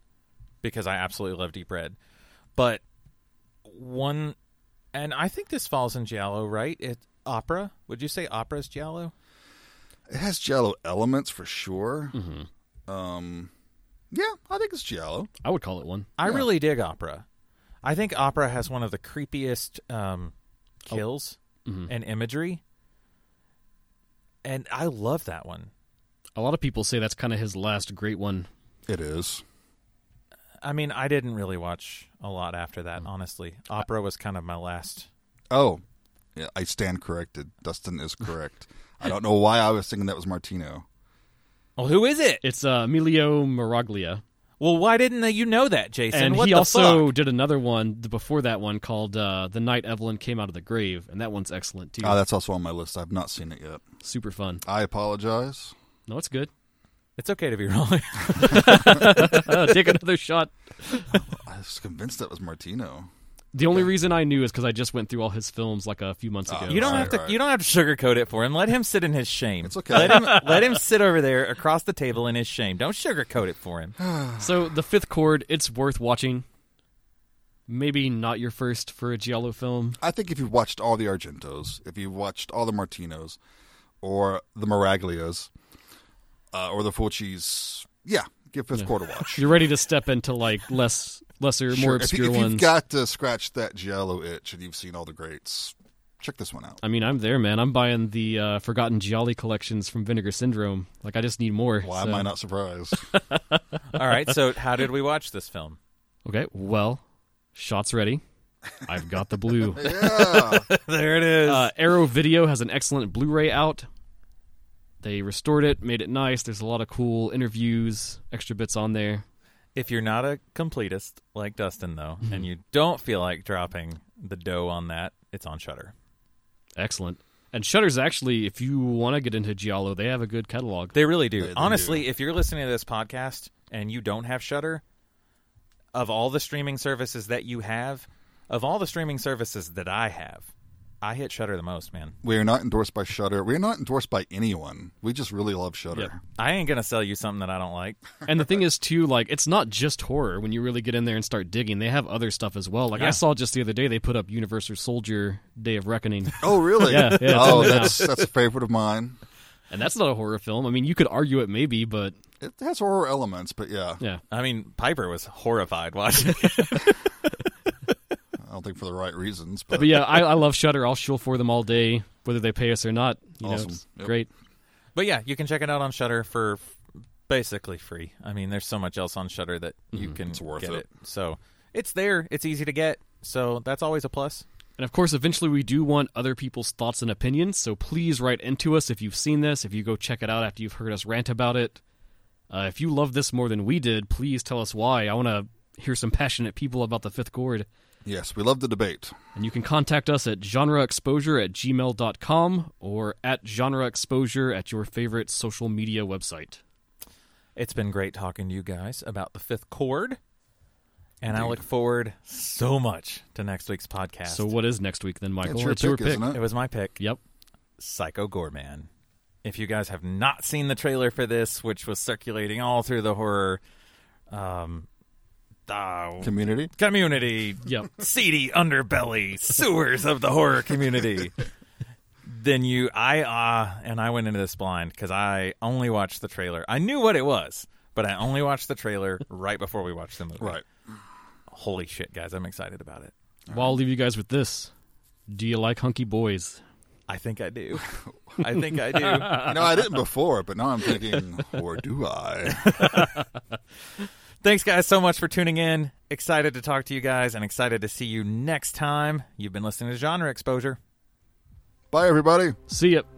Speaker 2: because I absolutely love Deep Red. But one, and I think this falls in Giallo, right? It opera. Would you say opera's Giallo?
Speaker 3: It has giallo elements for sure. Um, yeah, I think it's giallo.
Speaker 1: I would call it one.
Speaker 2: I really dig opera. I think opera has one of the creepiest um, kills and imagery, and I love that one.
Speaker 1: A lot of people say that's kind of his last great one.
Speaker 3: It is.
Speaker 2: I mean, I didn't really watch a lot after that, honestly. Opera was kind of my last.
Speaker 3: Oh, yeah, I stand corrected. Dustin is correct. I don't know why I was thinking that was Martino.
Speaker 2: Well, who is it?
Speaker 1: It's uh, Emilio Maraglia,
Speaker 2: Well, why didn't they- you know that, Jason?
Speaker 1: and
Speaker 2: what
Speaker 1: he
Speaker 2: the
Speaker 1: also
Speaker 2: fuck?
Speaker 1: did another one th- before that one called uh, "The Night Evelyn Came Out of the Grave," and that one's excellent too.
Speaker 2: Oh,
Speaker 3: Ah, that's also on my list. I've not seen it yet.
Speaker 1: Super fun.
Speaker 3: I apologize.
Speaker 1: No, it's good.
Speaker 2: It's okay to be wrong.
Speaker 1: Uh, take another shot.
Speaker 3: I was convinced that was Martino.
Speaker 1: The only reason I knew is because I just went through all his films like a few months
Speaker 3: Oh,
Speaker 1: ago.
Speaker 2: You don't
Speaker 3: Right,
Speaker 2: have to.
Speaker 3: right.
Speaker 2: You don't have to sugarcoat it for him. Let him sit in his shame.
Speaker 3: It's okay.
Speaker 2: Let him. let him sit over there across the table in his shame. Don't sugarcoat it for him.
Speaker 1: So the fifth chord, it's worth watching. Maybe not your first for a giallo film.
Speaker 3: I think if you watched all the Argentos, if you watched all the Martinos, or the Maraglias, uh, or the Fulcis, yeah, give Fifth Quarter a watch.
Speaker 1: You're ready to step into like less, lesser, more
Speaker 3: If,
Speaker 1: obscure
Speaker 3: you, if
Speaker 1: ones.
Speaker 3: you've got to scratch that Giallo itch and you've seen all the greats, check this one out.
Speaker 1: I mean, I'm there, man. I'm buying the uh, Forgotten Gialli collections from Vinegar Syndrome. Like, I just need more.
Speaker 3: Why
Speaker 1: so-
Speaker 3: am I not surprised?
Speaker 2: All right. So how did we watch this film?
Speaker 1: Okay, well, shots ready. I've got the blue.
Speaker 3: yeah.
Speaker 2: there it is.
Speaker 1: Uh, Arrow Video has an excellent Blu-ray out. They restored it, made it nice. There's a lot of cool interviews, extra bits on there.
Speaker 2: if you're not a completist like Dustin though,
Speaker 3: Mm-hmm.
Speaker 2: and you don't feel like dropping the dough on that, it's on Shutter.
Speaker 1: Excellent. And Shutter's actually, if you want to get into Giallo, they have a good catalog.
Speaker 2: They really do.
Speaker 3: they
Speaker 2: Honestly, if you're listening to this podcast and you don't have Shutter, of all the streaming services that you have, of all the streaming services that I have, I hit Shutter the most, man.
Speaker 3: We are not endorsed by Shudder. We are not endorsed by anyone. We just really love Shudder.
Speaker 1: Yep.
Speaker 2: I ain't gonna sell you something that I don't like.
Speaker 1: And the thing is, too, like, it's not just horror when you really get in there and start digging. They have other stuff as well. Like,
Speaker 2: Yeah.
Speaker 1: I saw just the other day they put up Universal Soldier Day of Reckoning.
Speaker 3: Oh, really?
Speaker 1: Yeah, yeah, it's
Speaker 3: oh,
Speaker 1: on there now.
Speaker 3: that's that's a favorite of mine.
Speaker 1: and that's not a horror film. I mean, you could argue it maybe, but
Speaker 3: It has horror elements, but yeah,
Speaker 1: yeah.
Speaker 2: I mean, Piper was horrified watching. it.
Speaker 3: I don't think for the right reasons. But,
Speaker 1: But yeah, I, I love Shutter. I'll shill for them all day, whether they pay us or not. You know,
Speaker 3: Awesome.
Speaker 1: it's
Speaker 3: Yep.
Speaker 1: great.
Speaker 2: but yeah, you can check it out on Shutter for f- basically free. I mean, there's so much else on Shutter that you can
Speaker 3: Mm, It's worth
Speaker 2: get
Speaker 3: it.
Speaker 2: it. So it's there. It's easy to get. So that's always a plus.
Speaker 1: And of course, eventually we do want other people's thoughts and opinions, so please write into us if you've seen this, if you go check it out after you've heard us rant about it. Uh, if you love this more than we did, please tell us why. I want to hear some passionate people about the fifth chord.
Speaker 3: yes, we love the debate.
Speaker 1: And you can contact us at genreexposure at gmail.com or at genreexposure at your favorite social media website.
Speaker 2: It's been great talking to you guys about the fifth chord. And I look forward so much to next week's podcast.
Speaker 1: So, what is next week then, Michael?
Speaker 3: It's your pick, isn't it?
Speaker 2: It was my pick,
Speaker 1: Yep.
Speaker 2: Psycho Gorman. If you guys have not seen the trailer for this, which was circulating all through the horror um, uh,
Speaker 3: Community.
Speaker 2: community,
Speaker 1: Yep.
Speaker 2: seedy underbelly sewers of the horror community then you i uh and i went into this blind because i only watched the trailer i knew what it was but i only watched the trailer right before we watched the movie
Speaker 3: Right.
Speaker 2: holy shit guys i'm excited about it
Speaker 1: Well, I'll leave you guys with this. Do you like hunky boys?
Speaker 2: i think i do i think i do
Speaker 3: No, I didn't before, but now I'm thinking, or do I?
Speaker 2: thanks guys so much for tuning in excited to talk to you guys and excited to see you next time you've been listening to genre exposure
Speaker 3: Bye, everybody.
Speaker 1: See ya.